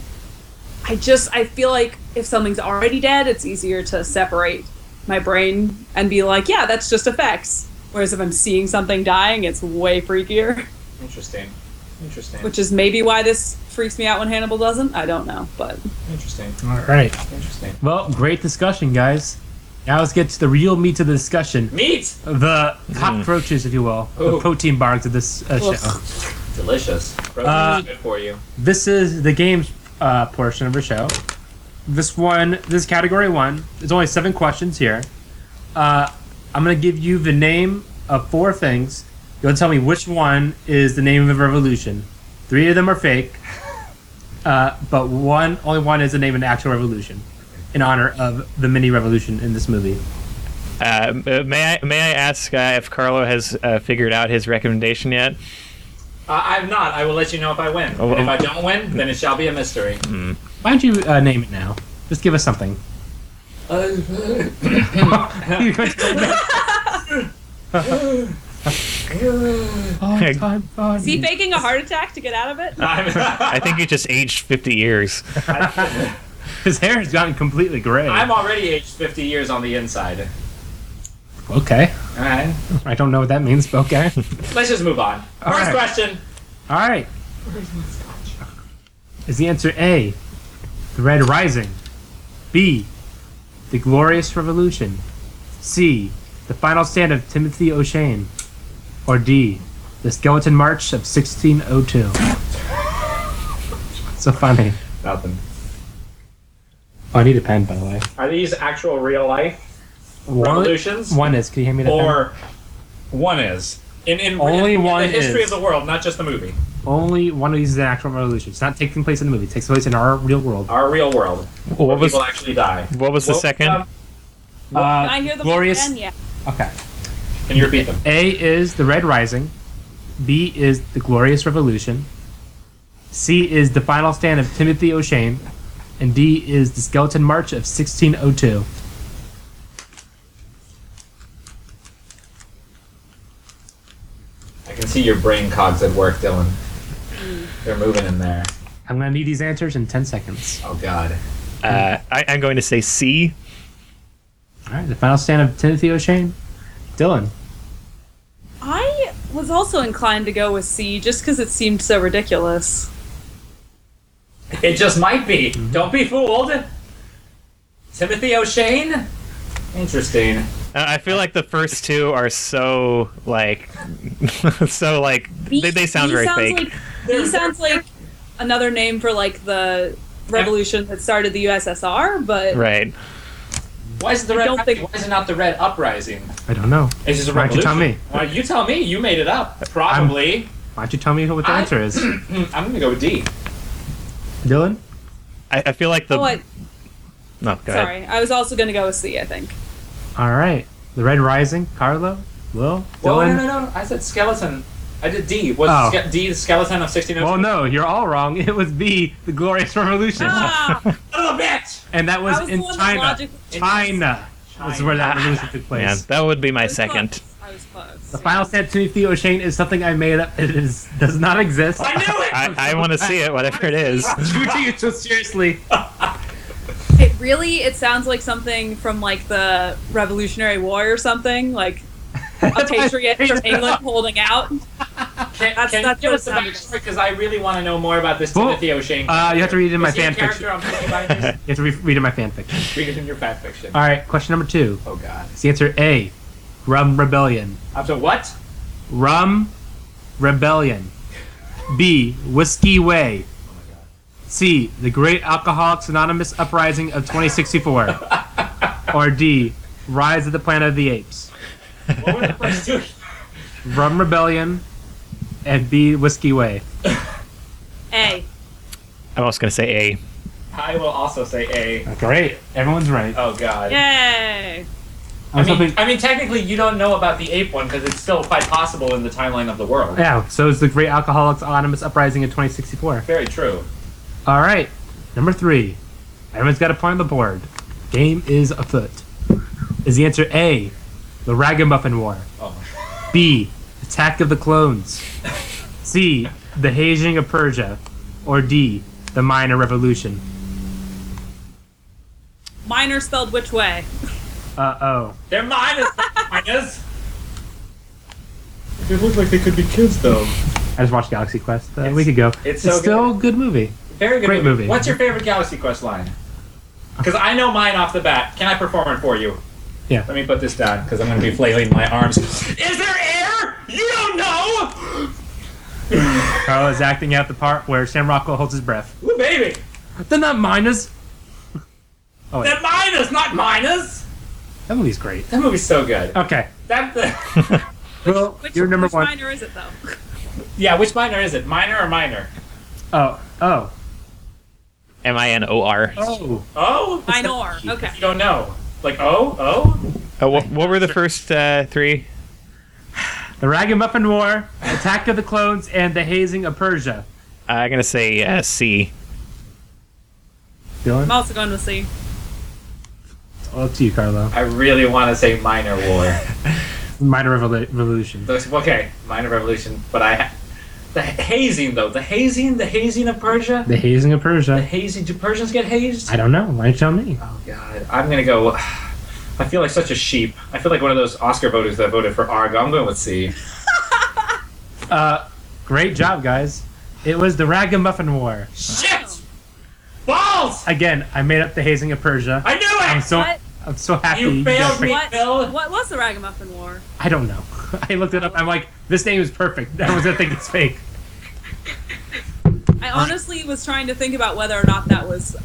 C: I just I feel like if something's already dead, it's easier to separate my brain and be like, yeah, that's just effects. Whereas if I'm seeing something dying, it's way freakier,
B: Interesting. Interesting.
C: which is maybe why this freaks me out when Hannibal doesn't. I don't know, but
B: Interesting.
A: All right.
B: Interesting.
A: Well, great discussion, guys. Now let's get to the real meat of the discussion.
B: Meat!
A: The
B: Hmm.
A: cockroaches, if you will,
B: Ooh.
A: the protein bars of this uh, show.
C: Ugh.
B: Delicious. Protein
A: Uh,
B: is good for you.
A: This is the games uh, portion of our show. This one, this category one, there's only seven questions here. Uh, I'm going to give you the name of four things. You'll tell me which one is the name of a revolution. Three of them are fake, uh, but one, only one is the name of an actual revolution in honor of the mini revolution in this movie.
D: Uh, may I may I ask uh, if Carlo has uh, figured out his recommendation yet?
B: Uh, I'm not. I will let you know if I win.
D: Oh,
B: And if
D: oh.
B: I don't win, then it shall be a mystery.
A: Why don't you uh, name it now? Just give us something.
D: Mm.
A: Oh,
D: Hey.
A: Todd, Todd.
C: Is he faking a heart attack to get out of it?
B: I'm,
D: I think he just aged fifty years.
A: His hair has gotten completely gray.
B: I'm already aged 50 years on the inside.
A: okay.
B: All right.
A: I don't know what that means, but okay.
B: Let's just move on.
A: All
B: First
A: right.
B: question.
A: All right. Is the answer A, the Red Rising? B, the Glorious Revolution? C, the final stand of Timothy O'Shane? Or D, the Skeleton March of 1602? so funny.
B: Nothing.
A: Oh, I need a pen, by the way.
B: Are these actual real life revolutions?
A: One, one is. Can you hand me that? pen?
B: or one is in in,
A: Only
B: in, in
A: one
B: the history
A: is.
B: of the world, not just the movie,
A: only one of these is an actual revolution. It's not taking place in the movie. It takes place in our real world.
B: our real world.
D: What
B: where
D: was uh,
B: people actually die?
D: what was the second?
B: um,
C: Can
D: Uh,
C: I hear the
A: Uh, glorious.
C: plan yet?
A: Okay.
B: can you repeat them?
A: A is the Red Rising. B is the Glorious Revolution. C is the Final Stand of Timothy O'Shane, and D is the Skeleton March of 1602.
B: I can see your brain cogs at work, Dylan. They're moving in there.
A: I'm gonna need these answers in 10 seconds.
B: Oh God.
D: Uh, I, I'm going to say C.
A: All right, the Final Stand of Timothy O'Shane. Dylan.
C: I was also inclined to go with C just because it seemed so ridiculous.
B: It just might be.
A: Mm-hmm.
B: Don't be fooled. Timothy O'Shane. Interesting.
D: Uh, I feel like the first two are so like so like they, they sound
C: B
D: very
C: sounds
D: fake.
C: Like, B sounds like another name for like the revolution that started the USSR, but
D: right.
B: Why is it the
C: I
B: red?
C: don't think-
B: Why is it not the red uprising?
A: I don't know.
B: It's just a
A: Why don't you
B: revolution.
A: tell me?
B: Why you tell me? You made it up. Probably.
A: Why don't you tell me what the
B: I-
A: answer is?
B: I'm, gonna go with D.
A: Dylan?
D: I, I feel like the
C: oh, I,
D: no. Go ahead.
C: sorry, I was also going to go with C. I think.
A: All right. The Red Rising. Carlo? Will? Dylan?
B: Well, no, no, no. I said skeleton. I did D. Was
A: Oh.
B: ske- D the skeleton of 1602?
A: Well, no, you're all wrong. It was B, the Glorious Revolution.
C: Ah, I
B: Little bitch!
A: And that was,
C: was the
A: in
C: one that
A: China.
C: logically-
A: China. This is where that revolution took place.
D: Man, that would be my
C: I was
D: second.
C: close. I was close.
A: The final stand Timothy O'Shane is something I made up. It is does not exist.
B: I knew it!
D: I, I want to see it, whatever it is.
A: You take it so seriously.
C: It really it sounds like something from like the Revolutionary War or something, like a
A: That's why I
C: patriot
A: made
C: from
A: it
C: England
A: up.
C: holding out.
B: can
C: That's-
B: can you
C: that's
B: give
C: what
B: us the
C: it sounds
B: backstory? Because I really want to know more about this
A: Well,
B: Timothy O'Shane.
A: Uh, you have to read it in my
B: Is he a
A: fan
B: character
A: fiction.
B: on Peaky Blinders?
A: You have to re- read it in my fan fiction.
B: read it in your fan fiction.
A: All right, question number two.
B: Oh, God.
A: It's the answer A, Rum Rebellion.
B: Up to what?
A: Rum Rebellion. B, Whiskey Way. C, the Great Alcoholics Anonymous Uprising of 2064. or D, Rise of the Planet of the Apes.
B: What were the first two?
A: Rum Rebellion and B, Whiskey Way.
C: A.
D: I'm also going to say A.
B: I will also say A.
A: Great. Everyone's right.
B: Oh, God.
C: Yay.
B: I
A: I'm
B: mean,
A: hoping-
B: I mean, technically, you don't know about the ape one because it's still quite possible in the timeline of the world.
A: yeah, so is the Great Alcoholics Anonymous Uprising in 2064.
B: Very true.
A: All right, number three. Everyone's got a point on the board. Game is afoot. Is the answer A, the Ragamuffin War?
B: Oh,
A: B, Attack of the Clones? C, the Hazing of Persia? Or D, the Minor Revolution?
C: Minor spelled which way?
A: Uh oh.
B: They're minus. minus. They look like they could be kids, though.
A: I just watched Galaxy Quest uh, a
B: It's-
A: week ago.
B: it's so
A: still a good movie.
B: Very good
A: Great
B: movie.
A: movie.
B: What's your favorite Galaxy Quest line? Because I know mine off the bat. Can I perform it for you?
A: Yeah.
B: Let me put this down because I'm going to be flailing my arms. Is there air? You don't know,
A: Carl is acting out the part where Sam Rockwell holds his breath.
B: Ooh, baby.
A: They're not minors. Oh, wait.
B: They're minors, not minors.
A: That movie's great.
B: That movie's so good.
A: Okay.
B: That the,
A: Well,
C: Which,
A: you're number
C: which
A: one.
C: minor is it though?
B: yeah. Which minor is it? Minor or minor?
A: Oh, oh,
D: M I N O R.
A: oh.
B: Oh,
C: Minor. Okay.
B: you don't know. Like oh oh.
D: Uh, what, what were the first uh, three?
A: The Ragamuffin War, Attack of the Clones, and The Hazing of Persia.
D: I'm gonna say uh, C.
C: I'm
A: Dylan,
C: also going to see.
A: up to you, Carlo.
B: I really want to say minor war.
A: Minor Revolu- Revolution.
B: Those- okay, minor revolution. But I ha- the hazing though. The hazing. The hazing of Persia.
A: The Hazing of
B: The
A: Persia.
B: hazing. Do Persians get hazed?
A: I don't know. Why don't you tell me?
B: Oh God, I'm gonna go. I feel like such a sheep. I feel like one of those Oscar voters that voted for Argo. I'm going with C.
A: Uh, great job, guys. It was the Ragamuffin War.
B: Shit! Balls!
A: Again, I made up The Hazing of Persia.
B: I knew it.
A: I'm so
C: What?
A: I'm so happy.
B: You
A: guys
B: failed
A: picked-
B: me.
C: What?
B: Bill.
C: What was the Ragamuffin War?
A: I don't know. I looked it up. I'm like, this name is perfect. Everyone's gonna think it's fake.
C: I honestly was trying to think about whether or not that was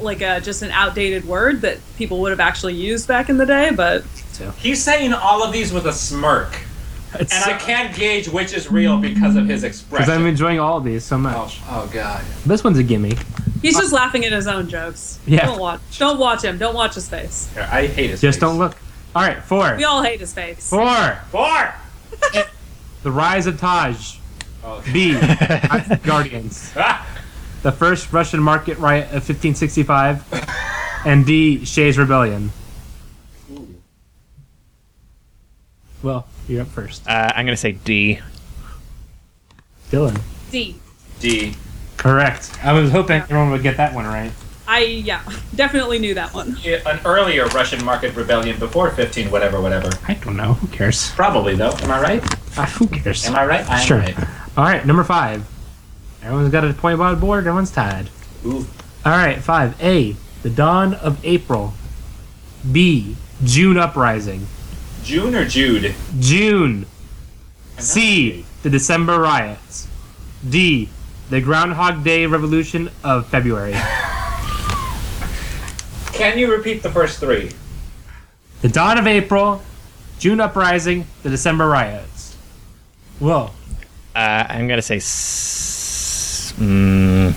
C: like a, just an outdated word that people would have actually used back in the day, but
B: He's saying all of these with a smirk,
A: It's
B: and I can't gauge which is real because of his
A: because
B: expression.
A: I'm enjoying all of these so
B: oh,
A: much.
B: oh God.
A: This one's a gimme.
C: he's just laughing at his own jokes.
A: Yeah.
C: Don't watch. Don't watch him. Don't watch his face.
B: Here, I hate his
A: Just
B: face.
A: don't look. All right, four,
C: We all hate his face.
A: four.
B: Four.
A: The Rise of Taj.
B: Oh,
A: B. Rise
D: Uh,
A: of the Guardians.
B: ah,
A: The first Russian market riot of 1565. And D. Shay's Rebellion. Well, you're up first.
D: Uh, I'm gonna say D.
A: Dylan.
C: D.
B: D.
A: Correct. I was hoping everyone would get that one right.
C: I yeah, definitely knew that one.
B: An earlier Russian market rebellion before 15, whatever, whatever.
A: I don't know. Who cares?
B: Probably though. Am I right?
A: Uh, who cares?
B: Am I right? I'm
A: Sure.
B: right.
A: All right, number five. Everyone's got a point on board. Everyone's tied.
B: Ooh.
A: All right, five. A. The dawn of April. B. June uprising.
B: June or Jude?
A: June. C. The December riots. D. The Groundhog Day revolution of February.
B: Can you repeat the first three?
A: The dawn of April. June uprising. The December riots. Whoa,
D: Uh, I'm gonna say. S- mm,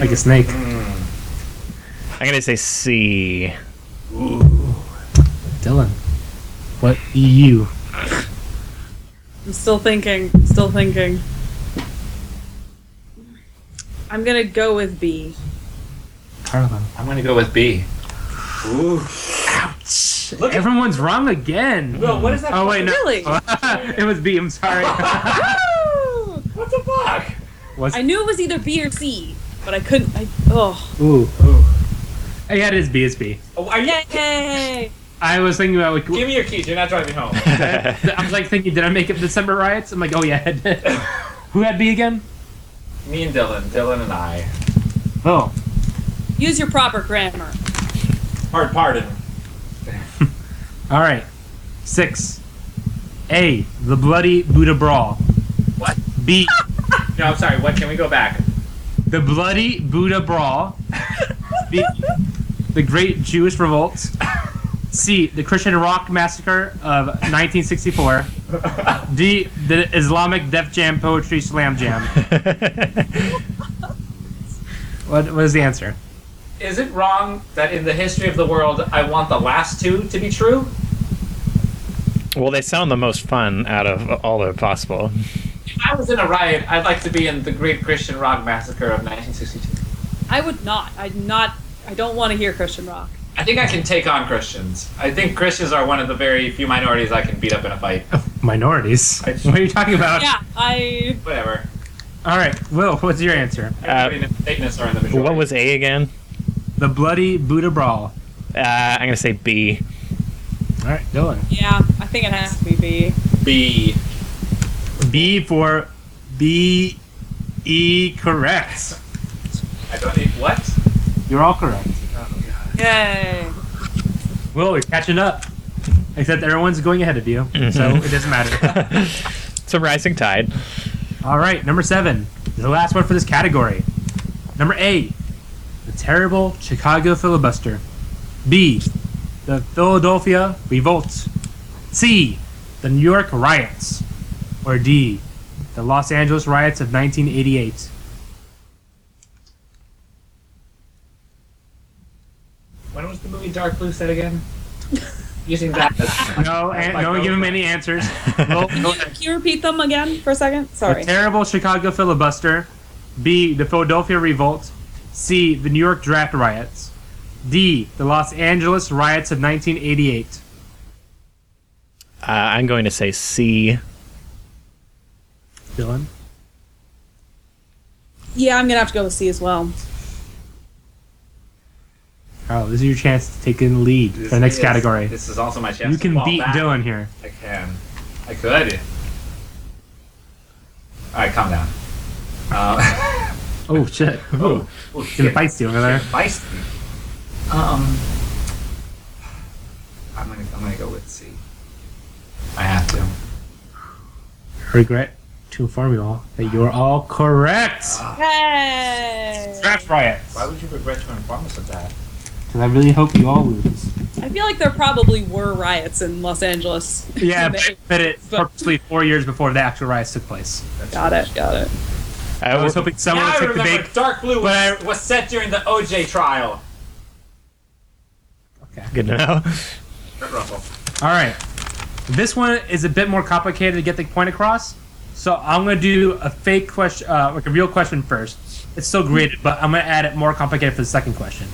A: like a snake.
D: I'm gonna say C.
A: Dylan. What E EU?
C: I'm still thinking. Still thinking. I'm gonna go with B.
A: Carlo.
B: I'm gonna go with B. Ooh. Look at-
A: Everyone's wrong again.
B: Well, what is that?
A: Oh wait, no.
C: Really?
A: it was B. I'm sorry.
B: What the fuck?
A: was
C: I knew it was either B or C, but I couldn't. I oh
A: ooh. Yeah, it is B. It's B.
B: Oh, are you?
C: yay!
A: I was thinking about like,
B: Give me your keys. You're not driving home.
A: I was like thinking, did I make up December riots? I'm like, oh yeah. I did. Who had B again?
B: me and Dylan. Dylan and I.
A: Oh,
C: Use your proper grammar.
B: Hard pardon.
A: all right. Six. A. The bloody Buddha brawl.
B: What?
A: B.
B: No, I'm sorry. What? Can we go back?
A: The bloody Buddha brawl. B. The Great Jewish Revolt. C. The Christian Rock Massacre of 1964. D. The Islamic Def Jam Poetry Slam Jam. What what is the answer?
B: Is it wrong that in the history of the world, I want the last two to be true?
D: well, they sound the most fun out of all the possible.
B: If I was in a riot, I'd like to be in the Great Christian Rock Massacre of 1962.
C: I would not. I'd not. I don't want to hear Christian rock.
B: I think I can take on Christians. I think Christians are one of the very few minorities I can beat up in a fight.
A: Minorities.
B: I-
A: What are you talking about?
C: Yeah, I.
B: Whatever.
A: All right, Will, what's your answer?
D: Uh,
B: Satanists are in the majority.
D: What was A again?
A: The bloody Buddha brawl.
D: Uh, I'm gonna say B.
A: All right, Dylan.
C: Yeah, I think it has to be B.
B: B?
A: B for B E correct.
B: I don't need what?
A: You're all correct.
B: Oh god.
C: Yay!
A: Will, you're catching up. Except everyone's going ahead of you, so it doesn't matter.
D: It's a rising tide.
A: all right, number seven. The last one for this category. Number eight. The terrible Chicago filibuster. B. The Philadelphia Revolt. C. The New York Riots. Or D. The Los Angeles Riots of 1988.
B: When was the movie Dark Blue set again? Using that as
A: No, an-
B: Like
A: no, give him
B: those.
A: any answers. Well,
C: Can you repeat them again for a second?
A: the
C: Sorry.
A: terrible Chicago filibuster. B. The Philadelphia Revolt. C. The New York Draft Riots. D. The Los Angeles Riots of 1988.
D: Uh, I'm going to say C. Uh,
A: Dylan?
C: Yeah, I'm gonna have to go with C as well.
A: Oh, this is your chance to take in the lead for the next
B: is-
A: category.
B: This is also my chance.
A: You
B: to
A: can
B: fall
A: beat
B: back.
A: Dylan here.
B: I can. I could. All right, calm down. Uh,
A: Oh shit!
B: oh,
A: Oh,
B: oh,
A: getting
B: shit.
A: feisty over there.
B: Feisty. Um, I'm gonna I'm gonna go with C. I have to.
A: Regret to inform you all that you are all correct.
C: Hey!
A: Draft riots.
B: Why would you regret to inform us of that?
A: Because I really hope you all lose.
C: I feel like there probably were riots in Los Angeles.
A: Yeah,
C: They-
A: but, but it
C: But-
A: purposely four years before the actual riots took place.
B: That's
C: got it. Got it.
D: I
A: I was hoping someone
B: now
A: would
B: I
A: take the
B: remember
A: bait.
B: Dark Blue was,
A: but
B: was set during the OJ trial.
D: Good to know.
B: Kurt Russell.
A: All right. This one is a bit more complicated to get the point across. So I'm going to do a fake question, uh, like a real question first. It's still graded, but I'm going to add it more complicated for the second question.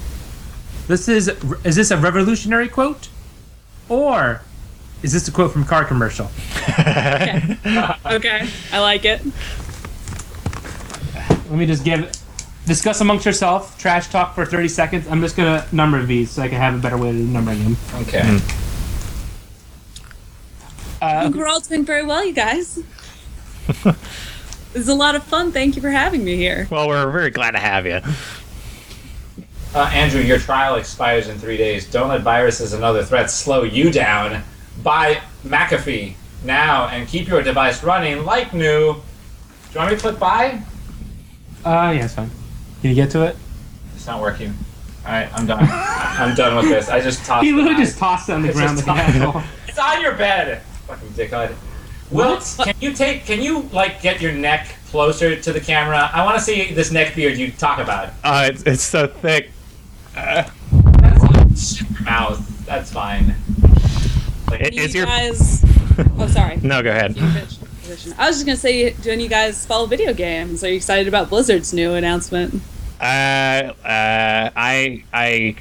A: This is is this a revolutionary quote, or is this a quote from a car commercial?
C: Okay, I like it.
A: Let me just give discuss amongst yourself, trash talk for 30 seconds. I'm just going to number these so I can have a better way of numbering them.
B: Okay.
A: Hmm.
C: I think we're all doing very well, you guys. this is a lot of fun. Thank you for having me here.
D: well, we're very glad to have you.
B: Uh, Andrew, your trial expires in three days. Don't let viruses and other threats slow you down. Buy McAfee now and keep your device running like new. Do you want me to click buy?
A: Uh, yeah, it's fine. Can you get to it?
B: It's not working. All right, I'm done. I'm done with this. I just tossed.
A: He literally
B: the knife.
A: just tossed it on the
B: It's
A: ground
B: just
A: like an
B: tossed.
A: asshole.
B: It's on your bed. Fucking dickhead. Wilt, can you take? Can you like get your neck closer to the camera? I want to see this neck beard you talk about.
D: Uh, it's, it's so thick.
B: That's shut your mouth. That's fine.
D: It-
C: Do
D: it's
C: you
D: your.
C: guys? Oh, sorry.
D: No, go ahead.
C: I was just gonna say, do you guys follow video games? Are you excited about Blizzard's new announcement?
D: Uh, uh, I I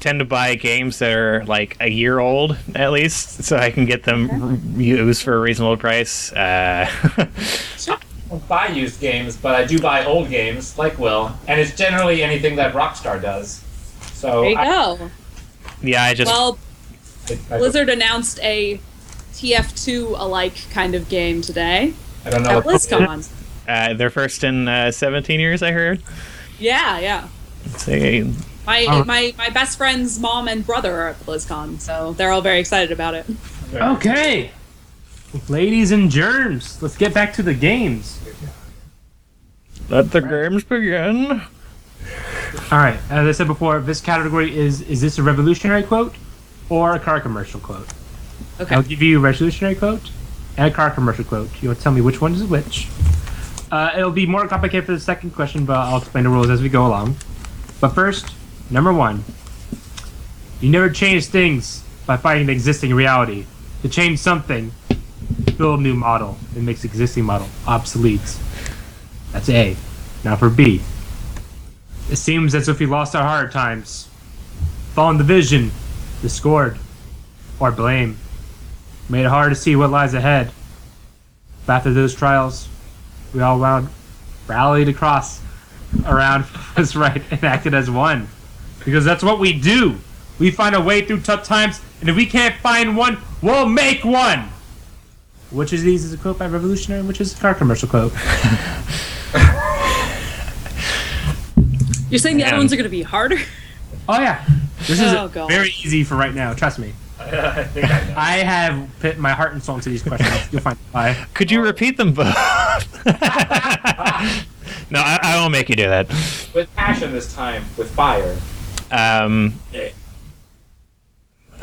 D: tend to buy games that are like a year old at least, so I can get them r used for a reasonable price. Uh,
B: I don't buy used games, but I do buy old games, like Will, and it's generally anything that Rockstar does. So
C: There you
B: I,
C: go.
D: yeah, I just
C: Well,
B: I,
C: Blizzard announced a TF2 alike kind of game today
B: I don't know.
C: at
B: What
C: BlizzCon.
D: uh, they're first in uh, 17 years. I heard.
C: Yeah, yeah.
D: Say,
C: My
A: Oh.
C: my my best friend's mom and brother are at BlizzCon, so they're all very excited about it.
A: Okay. Ladies and germs, let's get back to the games.
D: let the games begin.
A: All right, as I said before, this category is is this a revolutionary quote or a car commercial quote?
C: Okay.
A: I'll give you a revolutionary quote and a car commercial quote. You'll tell me which one is which. Uh, it'll be more complicated for the second question, but I'll explain the rules as we go along. But first, number one you never change things by fighting the existing reality. To change something, build a new model. It makes existing model obsolete. That's A. Now for B. It seems as if we lost our heart at times. Fallen division, discord, or blame. Made it hard to see what lies ahead. But after those trials, we all wound rallied across around us right and acted as one. Because that's what we do. We find a way through tough times, and if we can't find one, we'll make one. Which of these is a quote by Revolutionary, and which is a car commercial quote?
C: You're saying the other
D: Man.
C: ones are going to be harder?
A: Oh yeah, this is
C: Oh, God.
A: very easy for right now. Trust me.
B: I think I know.
A: I have put my heart and soul into these questions. You'll find why.
D: Could you repeat them both? no, I, I won't make you do that.
B: With passion this time, with fire.
D: Um,
B: Yeah.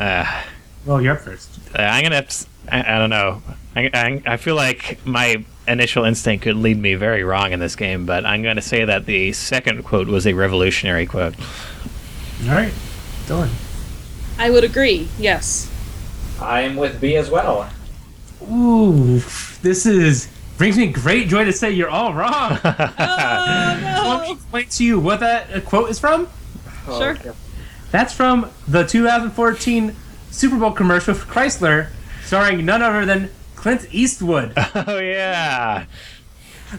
D: Uh,
A: Well, you're up first.
D: I'm gonna. have to s- I, I don't know. I, I, I feel like my initial instinct could lead me very wrong in this game, but I'm gonna say that the second quote was a revolutionary quote.
A: All right, Dylan.
C: I would agree. Yes.
B: I am with B as well.
A: Ooh, this is brings me great joy to say you're all wrong. Let me
C: Oh
A: explain to you what that uh, quote is from.
C: no. Sure.
A: That's from the 2014 Super Bowl commercial for Chrysler, starring none other than Clint Eastwood.
D: oh yeah.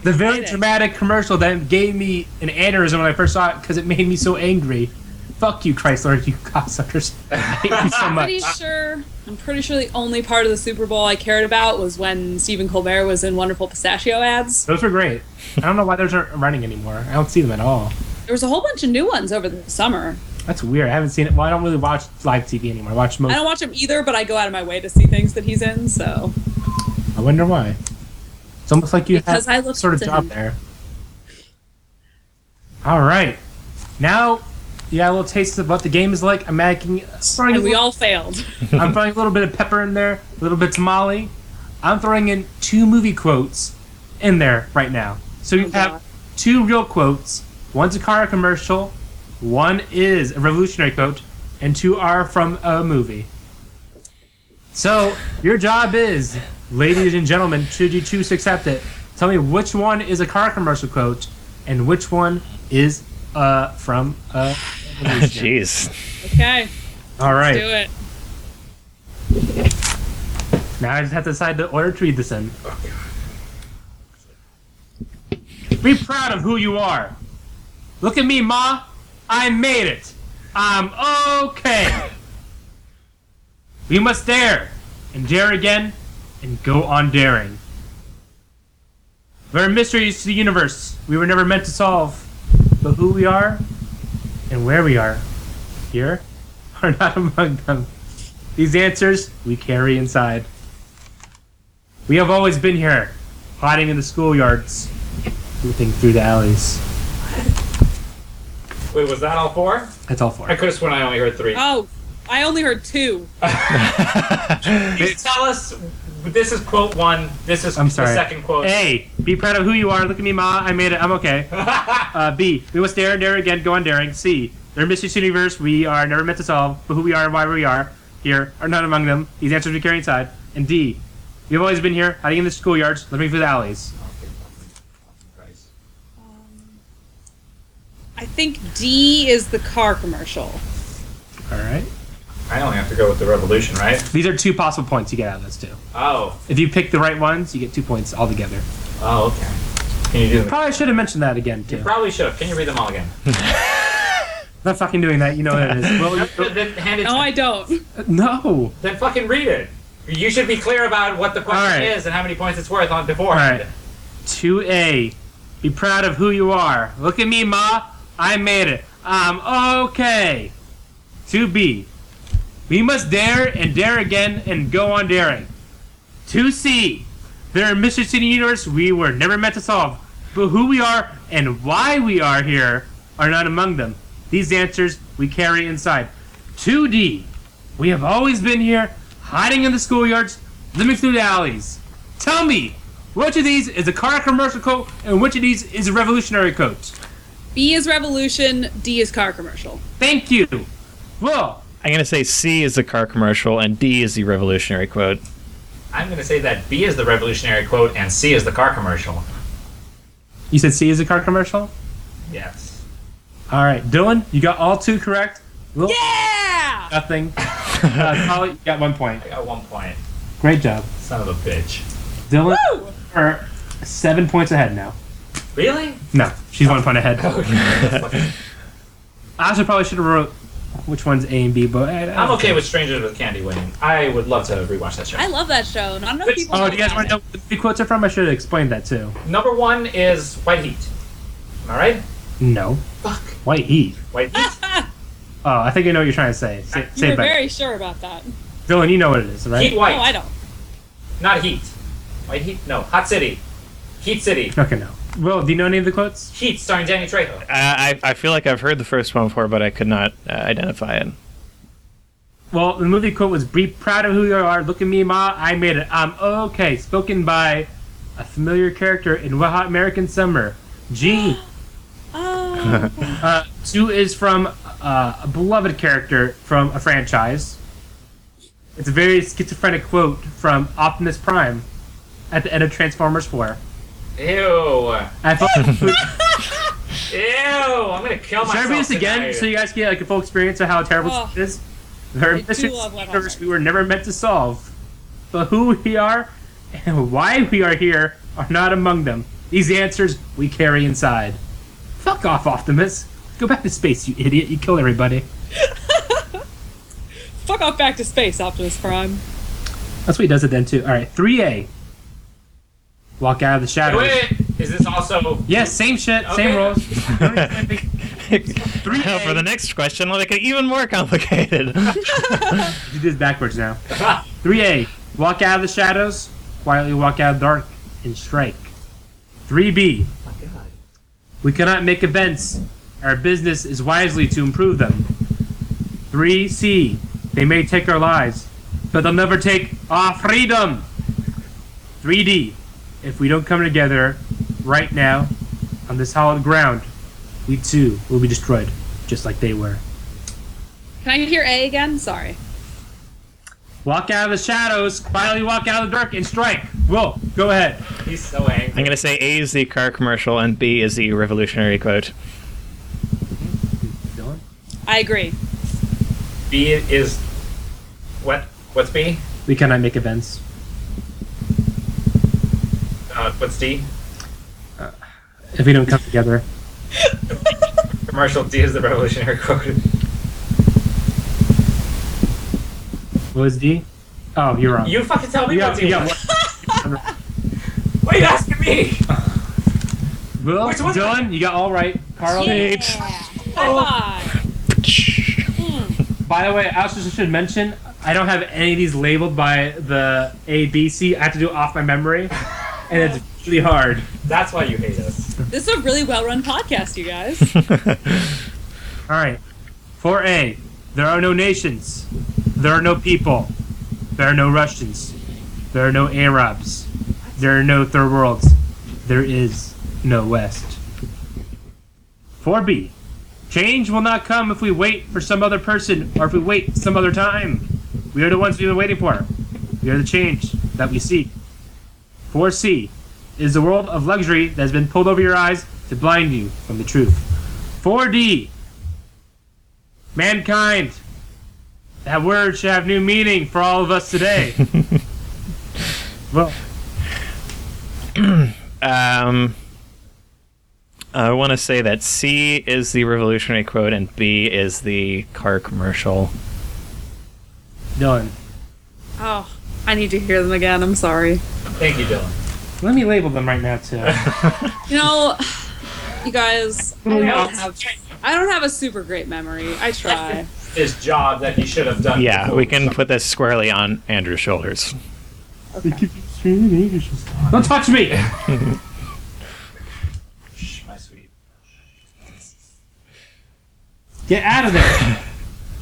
A: The very
C: Exciting.
A: dramatic commercial that gave me an aneurysm when I first saw it because it made me so angry. Fuck you, Chrysler, you cocksuckers. I hate you so
C: I'm pretty
A: much.
C: sure. I'm pretty sure the only part of the Super Bowl I cared about was when Stephen Colbert was in Wonderful Pistachio ads.
A: Those were great. I don't know why those aren't running anymore. I don't see them at all.
C: There was a whole bunch of new ones over the summer.
A: That's weird. I haven't seen it. Well, I don't really watch live TV anymore. I watch most.
C: I don't watch him either, but I go out of my way to see things that he's in. So
A: I wonder why. It's almost like you
C: Because I
A: have
C: looked
A: sort of
C: to
A: job
C: him.
A: there. All right, now you got a little taste of what the game is like. I'm making, throwing a
C: and we
A: little-
C: all failed.
A: I'm throwing a little bit of pepper in there, a little bit tamale. I'm throwing in two movie quotes in there right now. So you
C: Oh,
A: have
C: God.
A: two real quotes. One's a car commercial, one is a revolutionary quote, and two are from a movie. So your job is, ladies and gentlemen, should you choose to accept it, tell me which one is a car commercial quote and which one is uh, from a revolutionary.
D: Jeez.
C: Okay,
A: All right.
C: do it.
A: Now I just have to decide the order to read this in. Be proud of who you are. Look at me, Ma. I made it. I'm okay. we must dare, and dare again, and go on daring. There are mysteries to the universe we were never meant to solve, but who we are and where we are here are not among them. These answers we carry inside. We have always been here, hiding in the schoolyards, looking through the alleys.
B: Wait, was that all four?
A: That's all for
B: I
A: it.
B: could have sworn I only heard three.
C: Oh, I only heard two.
B: Can you tell us this is quote one, this is
A: I'm sorry.
B: the second quote.
A: A. Be proud of who you are. Look at me, Ma. I made it. I'm okay. uh, B. We must dare and dare again. Go on daring. C. There are mysteries to the universe we are never meant to solve, but who we are and why we are here are not among them. These answers we carry inside. And D. We have always been here, hiding in the schoolyards, looking through the alleys.
C: I think D is the car commercial.
A: All right.
B: I only have to go with the revolution, right?
A: These are two possible points you get out of this, too.
B: Oh.
A: If you pick the right ones, you get two points altogether.
B: Oh, okay. Can you do them?
A: Probably should have mentioned that again too.
B: Probably should. have. Can you read them all again?
A: Not fucking doing that. You know what it is. Well,
B: then, then hand it
C: No, I don't.
A: no.
B: then fucking read it. You should be clear about what the question
A: All right.
B: is and how many points it's worth on before.
A: All right. Two A. Be proud of who you are. Look at me, ma. I made it. I'm okay. Two B. We must dare and dare again and go on daring. Two C. There are mysteries to the universe we were never meant to solve, but who we are and why we are here are not among them. These answers we carry inside. 2D. We have always been here, hiding in the schoolyards, living through the alleys. Tell me, which of these is a car commercial coat and which of these is a revolutionary coat?
C: B is revolution. D is car commercial.
A: Thank you. Well,
D: I'm gonna say C is the car commercial and D is the revolutionary quote.
B: I'm going to say that B is the revolutionary quote and C is the car commercial.
A: you said C is a car commercial?
B: Yes.
A: All right, Dylan, you got all two correct. Will,
C: Yeah.
A: nothing. Uh, Colin, you got one point.
B: I got one point.
A: Great job.
B: Son of a bitch.
A: Dylan,
C: Woo!
A: are seven points ahead now.
B: Really?
A: No, she's one point ahead.
B: Okay.
A: I also probably should have wrote which one's A and B, but I, I
B: I'm okay with Strangers with Candy winning. I would love to rewatch that show.
C: I love that show. Not enough
B: Which-
C: people.
A: Oh,
C: know
A: do you guys
C: about
A: want to know
C: it.
A: where the three quotes are from? I should have explained that too.
B: Number one is White Heat. Am I right?
A: No.
B: Fuck. Ah!
A: White heat.
B: White Heat?
A: Oh, I think I know what you're trying to say. Say,
C: You
A: say
C: were
A: it back.
C: very sure about that.
A: Dylan, you know what it is,
B: Heat
A: right?
B: White.
C: No, I don't.
B: Not Heat. White Heat? No. Hot City. Heat City.
A: Okay, no. Will, do you know any of the quotes?
B: Heat starring Danny Trejo.
D: Uh, I I feel like I've heard the first one before, but I could not uh, identify it.
A: well, the movie quote was "Be proud of who you are. Look at me, ma. I made it. I'm okay." Spoken by a familiar character in Wet Hot American Summer. G.
C: Oh,
A: Uh, two is from uh, a beloved character from a franchise. It's a very schizophrenic quote from Optimus Prime at the end of Transformers 4.
B: Ew.
A: I thought, should
B: Ew. I'm gonna kill myself.
A: I read this again
B: tonight.
A: so you guys get like a full experience of how terrible
C: Oh.
A: this is? There are
C: I do
A: mysteries
C: love
A: in
C: Wet Hot
A: the universe we were never meant to solve, but who we are and why we are here are not among them. These answers we carry inside. Fuck off, Optimus. Go back to space, you idiot. You kill everybody.
C: fuck off back to space, Optimus Prime.
A: That's what he does it then too. All right, three A. Walk out of the shadows.
B: Wait, is this also?
A: Yes, same shit,
B: Okay.
A: same rules.
D: Now, for the next question, we'll make it even more complicated.
A: You do this backwards now. Three A. Walk out of the shadows. Quietly walk out of the dark and strike. Three B. We cannot make events. Our business is wisely to improve them. Three C. They may take our lives, but they'll never take our freedom. 3D. If we don't come together right now on this solid ground, we too will be destroyed, just like they were.
C: Can I hear A again? Sorry.
A: Walk out of the shadows, quietly walk out of the dark, and strike. Will, go ahead.
B: He's so angry.
D: I'm going to say A is the car commercial and B is the revolutionary quote.
A: Dylan?
C: I agree.
B: B is what? What's B?
A: We cannot make events.
B: Uh, what's D?
A: If we don't come together,
B: Commercial D is the revolutionary code.
A: what was D? Oh, you're wrong.
B: You fucking tell me
A: yeah,
B: what D
A: yeah.
B: was.
A: what-
B: What are you asking me?
A: Will,
B: Which one?
A: Dylan, you got all right. Carl.
D: Sweet.
C: High
A: Oh.
C: five.
A: By the way, I also should mention I don't have any of these labeled by the A B C. I have to do it off my memory, and it's really hard.
B: That's why you hate us.
C: This is a really well-run podcast, you guys.
A: All right. 4A. There are no nations. There are no people. There are no Russians. There are no Arabs. There are no third worlds. There is no West. 4B. Change will not come if we wait for some other person or if we wait some other time. We are the ones we've been waiting for. We are the change that we seek. 4C. It is the world of luxury that has been pulled over your eyes to blind you from the truth. 4D. Mankind. That word should have new meaning for all of us today. well,
D: um, I want to say that C is the revolutionary quote and B is the car commercial.
A: Dylan,
C: Oh, I need to hear them again. I'm sorry.
B: Thank you, Dylan.
A: let me label them right now too.
C: You know, you guys, I don't
A: else?
C: have, I don't have a super great memory. I try.
B: His job that he should have done.
D: Yeah,
B: before
D: we can
B: stopped.
D: put this squarely on Andrew's shoulders.
A: Don't touch me.
B: Shh, my sweet.
A: Get out of there.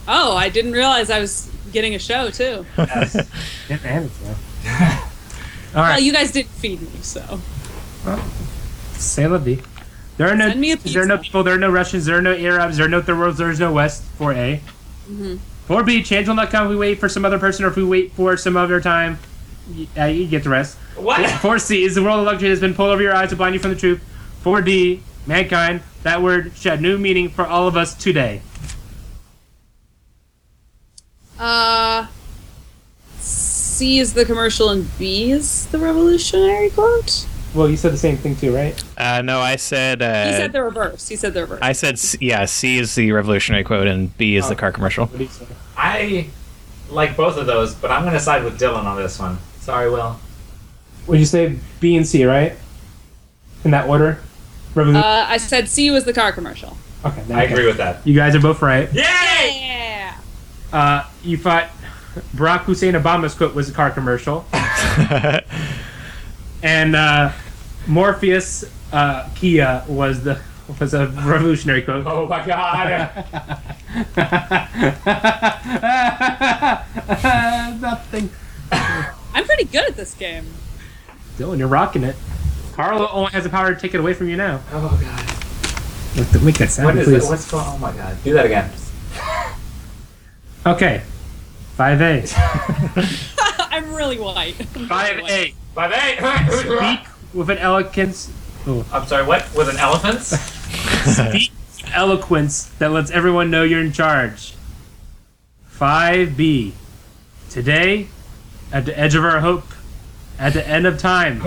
C: Oh, I didn't realize I was getting a show too.
B: Yes.
A: Get out of there. All
C: Well,
A: right,
C: you guys didn't feed me, so
A: say la vie. There are no
C: Send me a
A: there are no
C: pizza.
A: people, there are no Russians, there are no Arabs, there are no third worlds, there is no West. 4A.
C: Mm-hmm.
A: 4B, change will not come if we wait for some other person or if we wait for some other time. Y- Uh, you get the rest.
B: what?
A: 4C is the world of luxury that has been pulled over your eyes to blind you from the truth. 4D, mankind, that word should have new meaning for all of us today.
C: uh, C is the commercial and B is the revolutionary quote.
A: Well, you said the same thing too, right?
D: Uh, no, I said. Uh,
C: He said the reverse. He said the reverse.
D: I said, C- yeah, C is the revolutionary quote and B is the car commercial.
A: What do you say?
B: I like both of those, but I'm gonna side with Dylan on this one. Sorry, Will.
A: Would you say B and C, right? In that order? Revolution.
C: uh, I said C was the car commercial.
A: okay,
B: I agree with that.
A: You guys are both right.
B: Yay!
C: Yeah.
A: Uh, you thought Barack Hussein Obama's quote was a car commercial, and uh, Morpheus uh, Kia was the was a revolutionary quote.
B: Oh my god.
E: Nothing.
C: I'm pretty good at this game.
A: Dylan, you're rocking it. Carlo only has the power to take it away from you now.
B: oh god.
A: Make that- Make that sound,
B: What is
A: please.
B: it? What's going on? Oh my god. Do that again.
A: Okay. 5A.
C: I'm really white. I'm really white.
B: By they.
A: Speak with an eloquence. Oh,
B: I'm sorry, what? With an elephant?
A: speak with eloquence that lets everyone know you're in charge. 5B. Today, at the edge of our hope, at the end of time,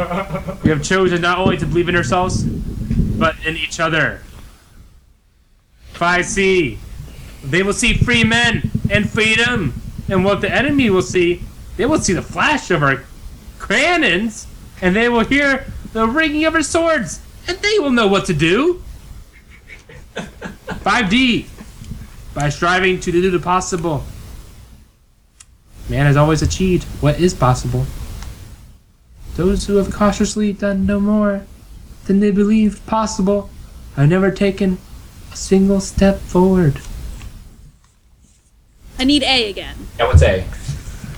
A: we have chosen not only to believe in ourselves, but in each other. 5C. They will see free men and freedom. And what the enemy will see, they will see the flash of our cannons, and they will hear the ringing of our swords, and they will know what to do. 5D. By striving to do the possible, man has always achieved what is possible. Those who have cautiously done no more than they believed possible have never taken a single step forward.
C: I need A again.
B: I would say.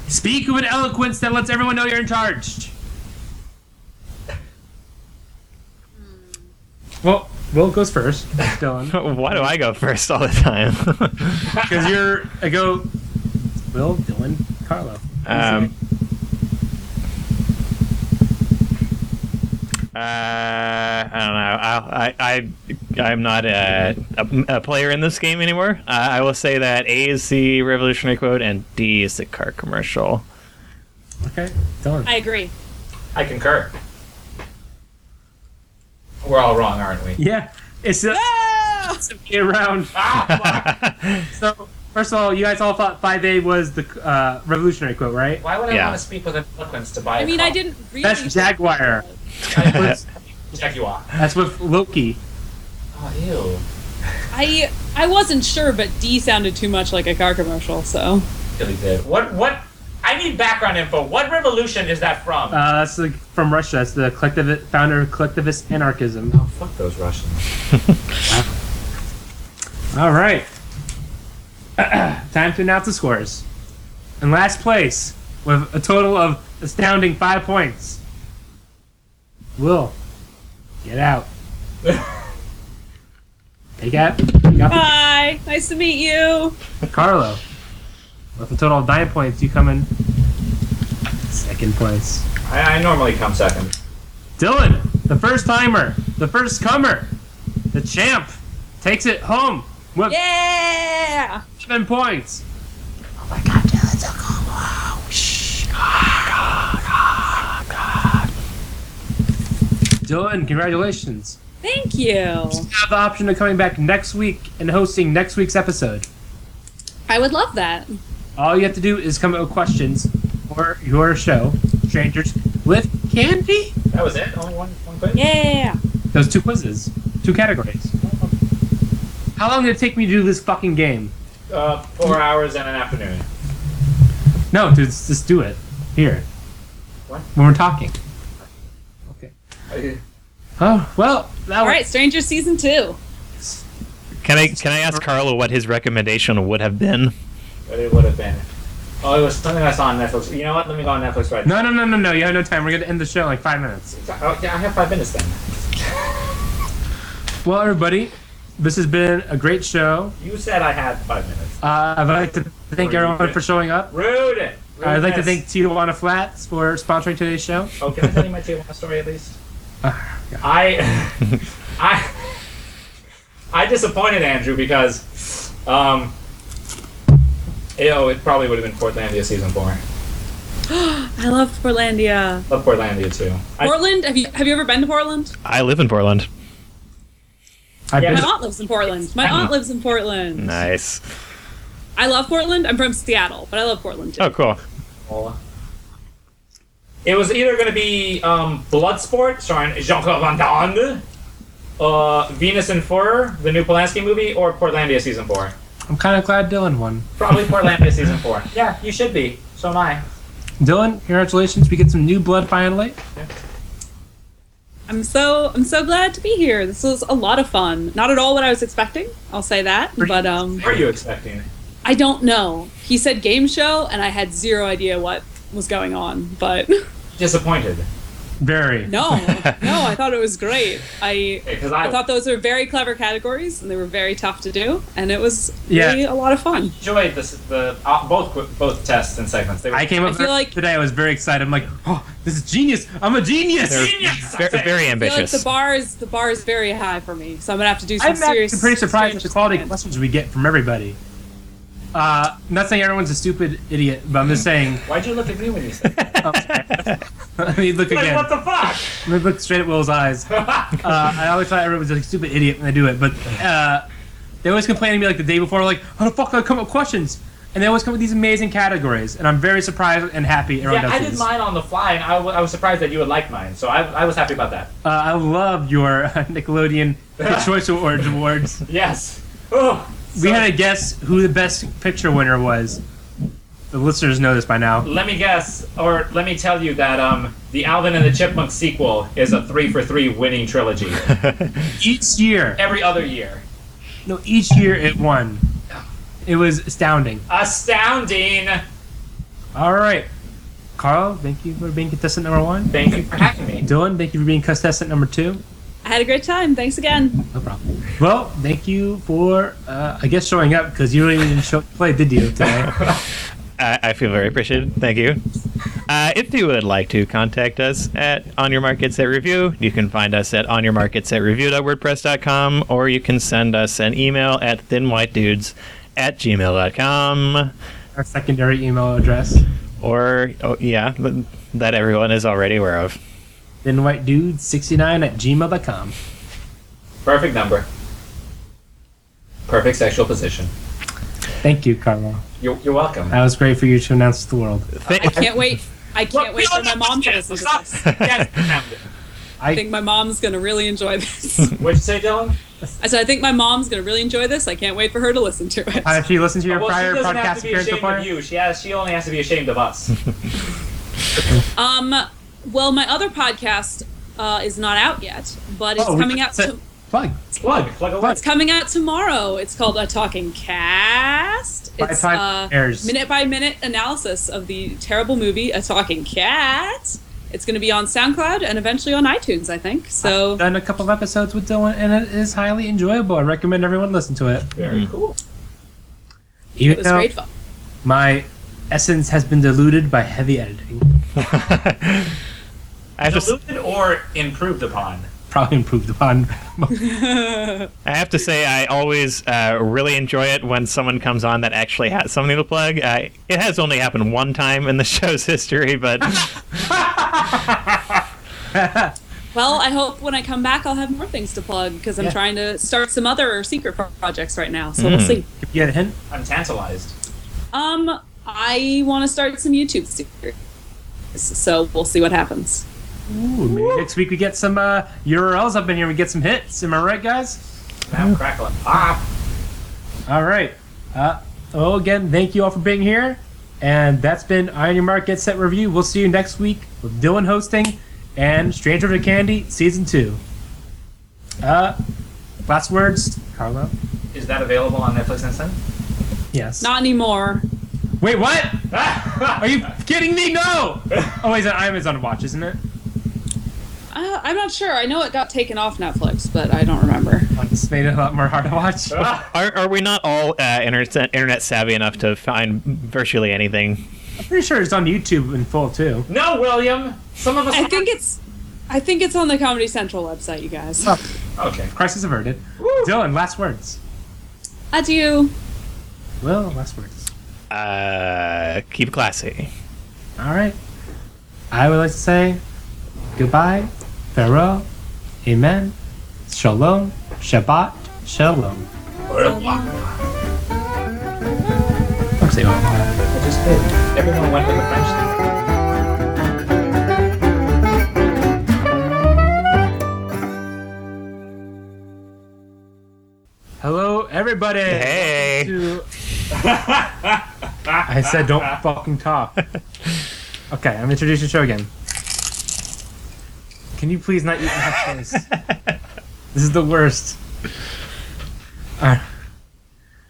A: Speak with eloquence that lets everyone know you're in charge. Hmm. Well, Will goes first, Dylan,
D: Why do I go first all the time?
A: because you're. I go. Will, Dylan, Carlo.
D: Um, uh, I don't know. I, I, I, I'm not a, a, a player in this game anymore. Uh, I will say that A is the revolutionary quote and D is the car commercial.
A: Okay, Dylan.
C: I agree.
B: I concur. We're all wrong, aren't we?
A: yeah, it's a,
C: Ah!
A: it's a way around.
B: Ah, fuck.
A: So, first of all, you guys all thought 5A was the uh, revolutionary quote, right?
B: Why would I
D: Yeah.
B: want to speak with eloquence to buy a
C: I mean,
B: car?
C: I didn't really.
A: That's Jaguar.
D: That's-
B: Jaguar.
A: That's with Loki.
B: Oh,
C: I I wasn't sure, but D sounded too much like a car commercial. So
B: ew. Really did. What, what? I need background info. What revolution is that from?
A: Uh, that's the, from Russia. That's the collectivi- founder of collectivist anarchism.
B: oh, fuck those Russians.
A: All right. Time to announce the scores. In last place, with a total of astounding five points, Will, get out. Take out. take out
C: bye. Nice to meet you.
A: the- Carlo, with a total of nine points, you come in second place.
B: I, I normally come second.
A: Dylan, the first timer, the first comer, the champ, takes it home with
C: Yeah.
A: seven points. Dylan, congratulations.
C: Thank you.
A: You have the option of coming back next week and hosting next week's episode.
C: I would love that.
A: All you have to do is come up with questions for your show, Strangers with Candy.
B: That was it? Only one, one quiz?
C: Yeah.
A: Those two quizzes, two categories. How long did it take me to do this fucking game?
B: Uh, four hours and an afternoon.
A: No, dude, just just do it. Here.
B: What?
A: When we're talking. Okay. Oh, well, that
C: All
A: was.
C: right, Stranger Season Two.
D: Can I can I ask Carlo what his recommendation would have been?
B: But it would have been. Oh, it was something I saw on Netflix. You know what? Let me go on Netflix right
A: No, no, no, no, no. You have no time. We're going to end the show in like five minutes.
B: Oh, yeah, I have five minutes then.
A: Well, everybody, this has been a great show.
B: You said I had five minutes.
A: Uh, I'd like to thank everyone for showing up.
B: Rude!
A: I'd like to
B: Rudeness.
A: thank Tijuana Flats for sponsoring today's show.
B: Oh, can I tell you my Tijuana story at least?
A: Uh,
B: I, I, I disappointed Andrew because, um, you know, it probably would have been Portlandia season four.
C: I love Portlandia.
B: Love Portlandia too. I,
C: Portland. Have you have you ever been to Portland?
D: I live in Portland.
A: I've
B: Yeah.
C: My
A: been
C: aunt lives in Portland. My aunt lives in Portland.
D: Nice.
C: I love Portland. I'm from Seattle, but I love Portland too.
D: Oh, cool.
B: it was either going to be um, Bloodsport, starring Jean-Claude Van Damme, uh, Venus and Fur, the new Polanski movie, or Portlandia season four.
A: I'm kind of glad Dylan won.
B: Probably Portlandia season four. Yeah, you should be. So am I.
A: Dylan, congratulations. We get some new blood finally.
C: I'm so I'm so glad to be here. This was a lot of fun. Not at all what I was expecting. I'll say that. But um,
B: What are you expecting?
C: I don't know. He said game show, and I had zero idea what was going on. But
B: Disappointed.
A: Very.
C: no, no, I thought it was great. I
B: Because
C: I
B: I,
C: thought those were very clever categories, and they were very tough to do, and it was
A: Yeah.
C: really a lot of fun.
B: enjoyed this, the uh, both qu- both tests and segments. They were
A: I came
C: I
A: up
C: feel like-
A: today. I was very excited. I'm like, oh, this is genius. I'm a genius.
D: They're
B: Genius!
D: ver-
C: I
D: very
C: feel like the
D: ambitious.
C: bar is the bar is very high for me, so I'm gonna have to do some
A: I'm
C: serious.
A: actually pretty surprised at the
C: serious
A: quality of
C: experiments.
A: questions we get from everybody. Uh, I'm not saying everyone's a stupid idiot, but I'm just saying. um,
B: Why'd you look at me when you said that?
A: Let me look
B: like,
A: again.
B: what the fuck?
A: Let me look straight at Will's eyes. Uh, I always thought everyone was a stupid idiot when they do it, but uh, they always complain to me like the day before, like, how the fuck do I come up with questions? And they always come up with these amazing categories, and I'm very surprised and happy everyone
B: yeah,
A: does
B: I
A: these.
B: did mine on the fly, and I wa- I was surprised that you would like mine, so I, I was happy about that.
A: Uh, I love your uh, Nickelodeon Kid Choice Awards awards.
B: Yes. Oh,
A: We had to guess who the best picture winner was. The listeners know this by now.
B: Let me guess, or let me tell you that um, the Alvin and the Chipmunks sequel is a three for three winning trilogy
A: Each year,
B: every other year.
A: no, each year it won. It was astounding.
B: Astounding!
A: All right, Carl, thank you for being contestant number one.
B: Thank you for having me.
A: Dylan, thank you for being contestant number two.
C: I had a great time. Thanks again.
A: No problem. Well, thank you for, uh, I guess, showing up because you really didn't show up to play, did you, today?
D: I, I feel very appreciated. Thank you. Uh, if you would like to contact us at On Your Markets at Review, you can find us at On Your Markets at Review.wordpress.com, or you can send us an email at thinwhitedudes at gmail.com.
A: Our secondary email address.
D: Or, oh, yeah, th- that everyone is already aware of.
A: Then white dude 69 at gmail.com.
B: Perfect number. Perfect sexual position.
A: Thank you, Carlo.
B: You're, you're welcome.
A: That was great for you to announce to the world.
C: I can't wait. I can't wait for
B: Look, we
C: my
B: don't
C: mom to
B: know
C: listen to
B: Stop.
C: this.
B: Yes.
C: I think my mom's gonna really enjoy this.
B: What'd you say, Dylan?
C: I said I think my mom's gonna really enjoy this. I can't wait for her to listen to it.
A: Uh, if you listen to your
B: well,
A: prior
B: she doesn't have
A: podcast
B: to be
A: appearance
B: ashamed
A: before,
B: of you. She has. She only has to be ashamed of us.
C: Um, well, my other podcast uh, is not out yet, but it's
A: Oh, we
C: coming out.
A: said-
C: To-
A: plug.
B: plug. Plug away.
C: it's coming out tomorrow. It's called a talking cast.
A: By
C: It's
A: time
C: uh,
A: it airs.
C: minute by minute analysis of the terrible movie A Talking Cat. It's going to be on SoundCloud and eventually on iTunes, I think. So
A: Done a couple of episodes with Dylan, and it is highly enjoyable. I recommend everyone listen to it.
B: Very cool.
A: Even
C: it was
A: though
C: great fun.
A: my essence has been diluted by heavy editing,
D: I have to, s-
B: Diluted or improved upon.
A: probably improved upon.
D: I have to say, I always uh, really enjoy it when someone comes on that actually has something to plug. I, it has only happened one time in the show's history, but
C: Well, I hope when I come back, I'll have more things to plug because I'm
A: Yeah.
C: trying to start some other secret pro- projects right now. So we'll see.
A: If you had a hint,
B: I'm tantalized.
C: Um, I want to start some YouTube series, so we'll see what happens.
A: ooh, maybe next week we get some uh, URLs up in here. We get some hits. Am I right, guys?
B: Now I'm crackling. Ah.
A: All right. Uh, oh, again, thank you all for being here. And that's been Iron Your Mark Get Set Review. We'll see you next week with Dylan hosting and Stranger to Candy Season 2. Uh, last words, Carlo?
B: Is that available on Netflix Instant?
A: Yes.
C: Not anymore.
A: Wait, what? Are
B: Are
A: you kidding me? No! Oh, wait, it's on Amazon Watch, isn't it?
C: Uh, I'm not sure. I know it got taken off Netflix, but I don't remember.
A: Oh, this made it a lot more hard to watch.
B: Ah!
D: Are, are we not all uh, internet, internet savvy enough to find virtually anything?
A: I'm pretty sure it's on YouTube in full, too.
B: No, William. Some of us.
C: I think it's, I think it's on the Comedy Central website, you guys.
B: Okay.
A: Crisis averted. Dylan, last words.
C: Adieu.
A: Will, last words.
D: Uh, keep it classy.
A: All right. I would like to say goodbye, farewell, amen, shalom, shabbat, shalom. I'm saying all that.
B: I just did. Everyone went with the French thing.
A: Hello, everybody.
D: Hey.
A: Welcome to- I said don't fucking talk. Okay, I'm introducing the show again. Can you please not eat nachos? this is the worst. All right.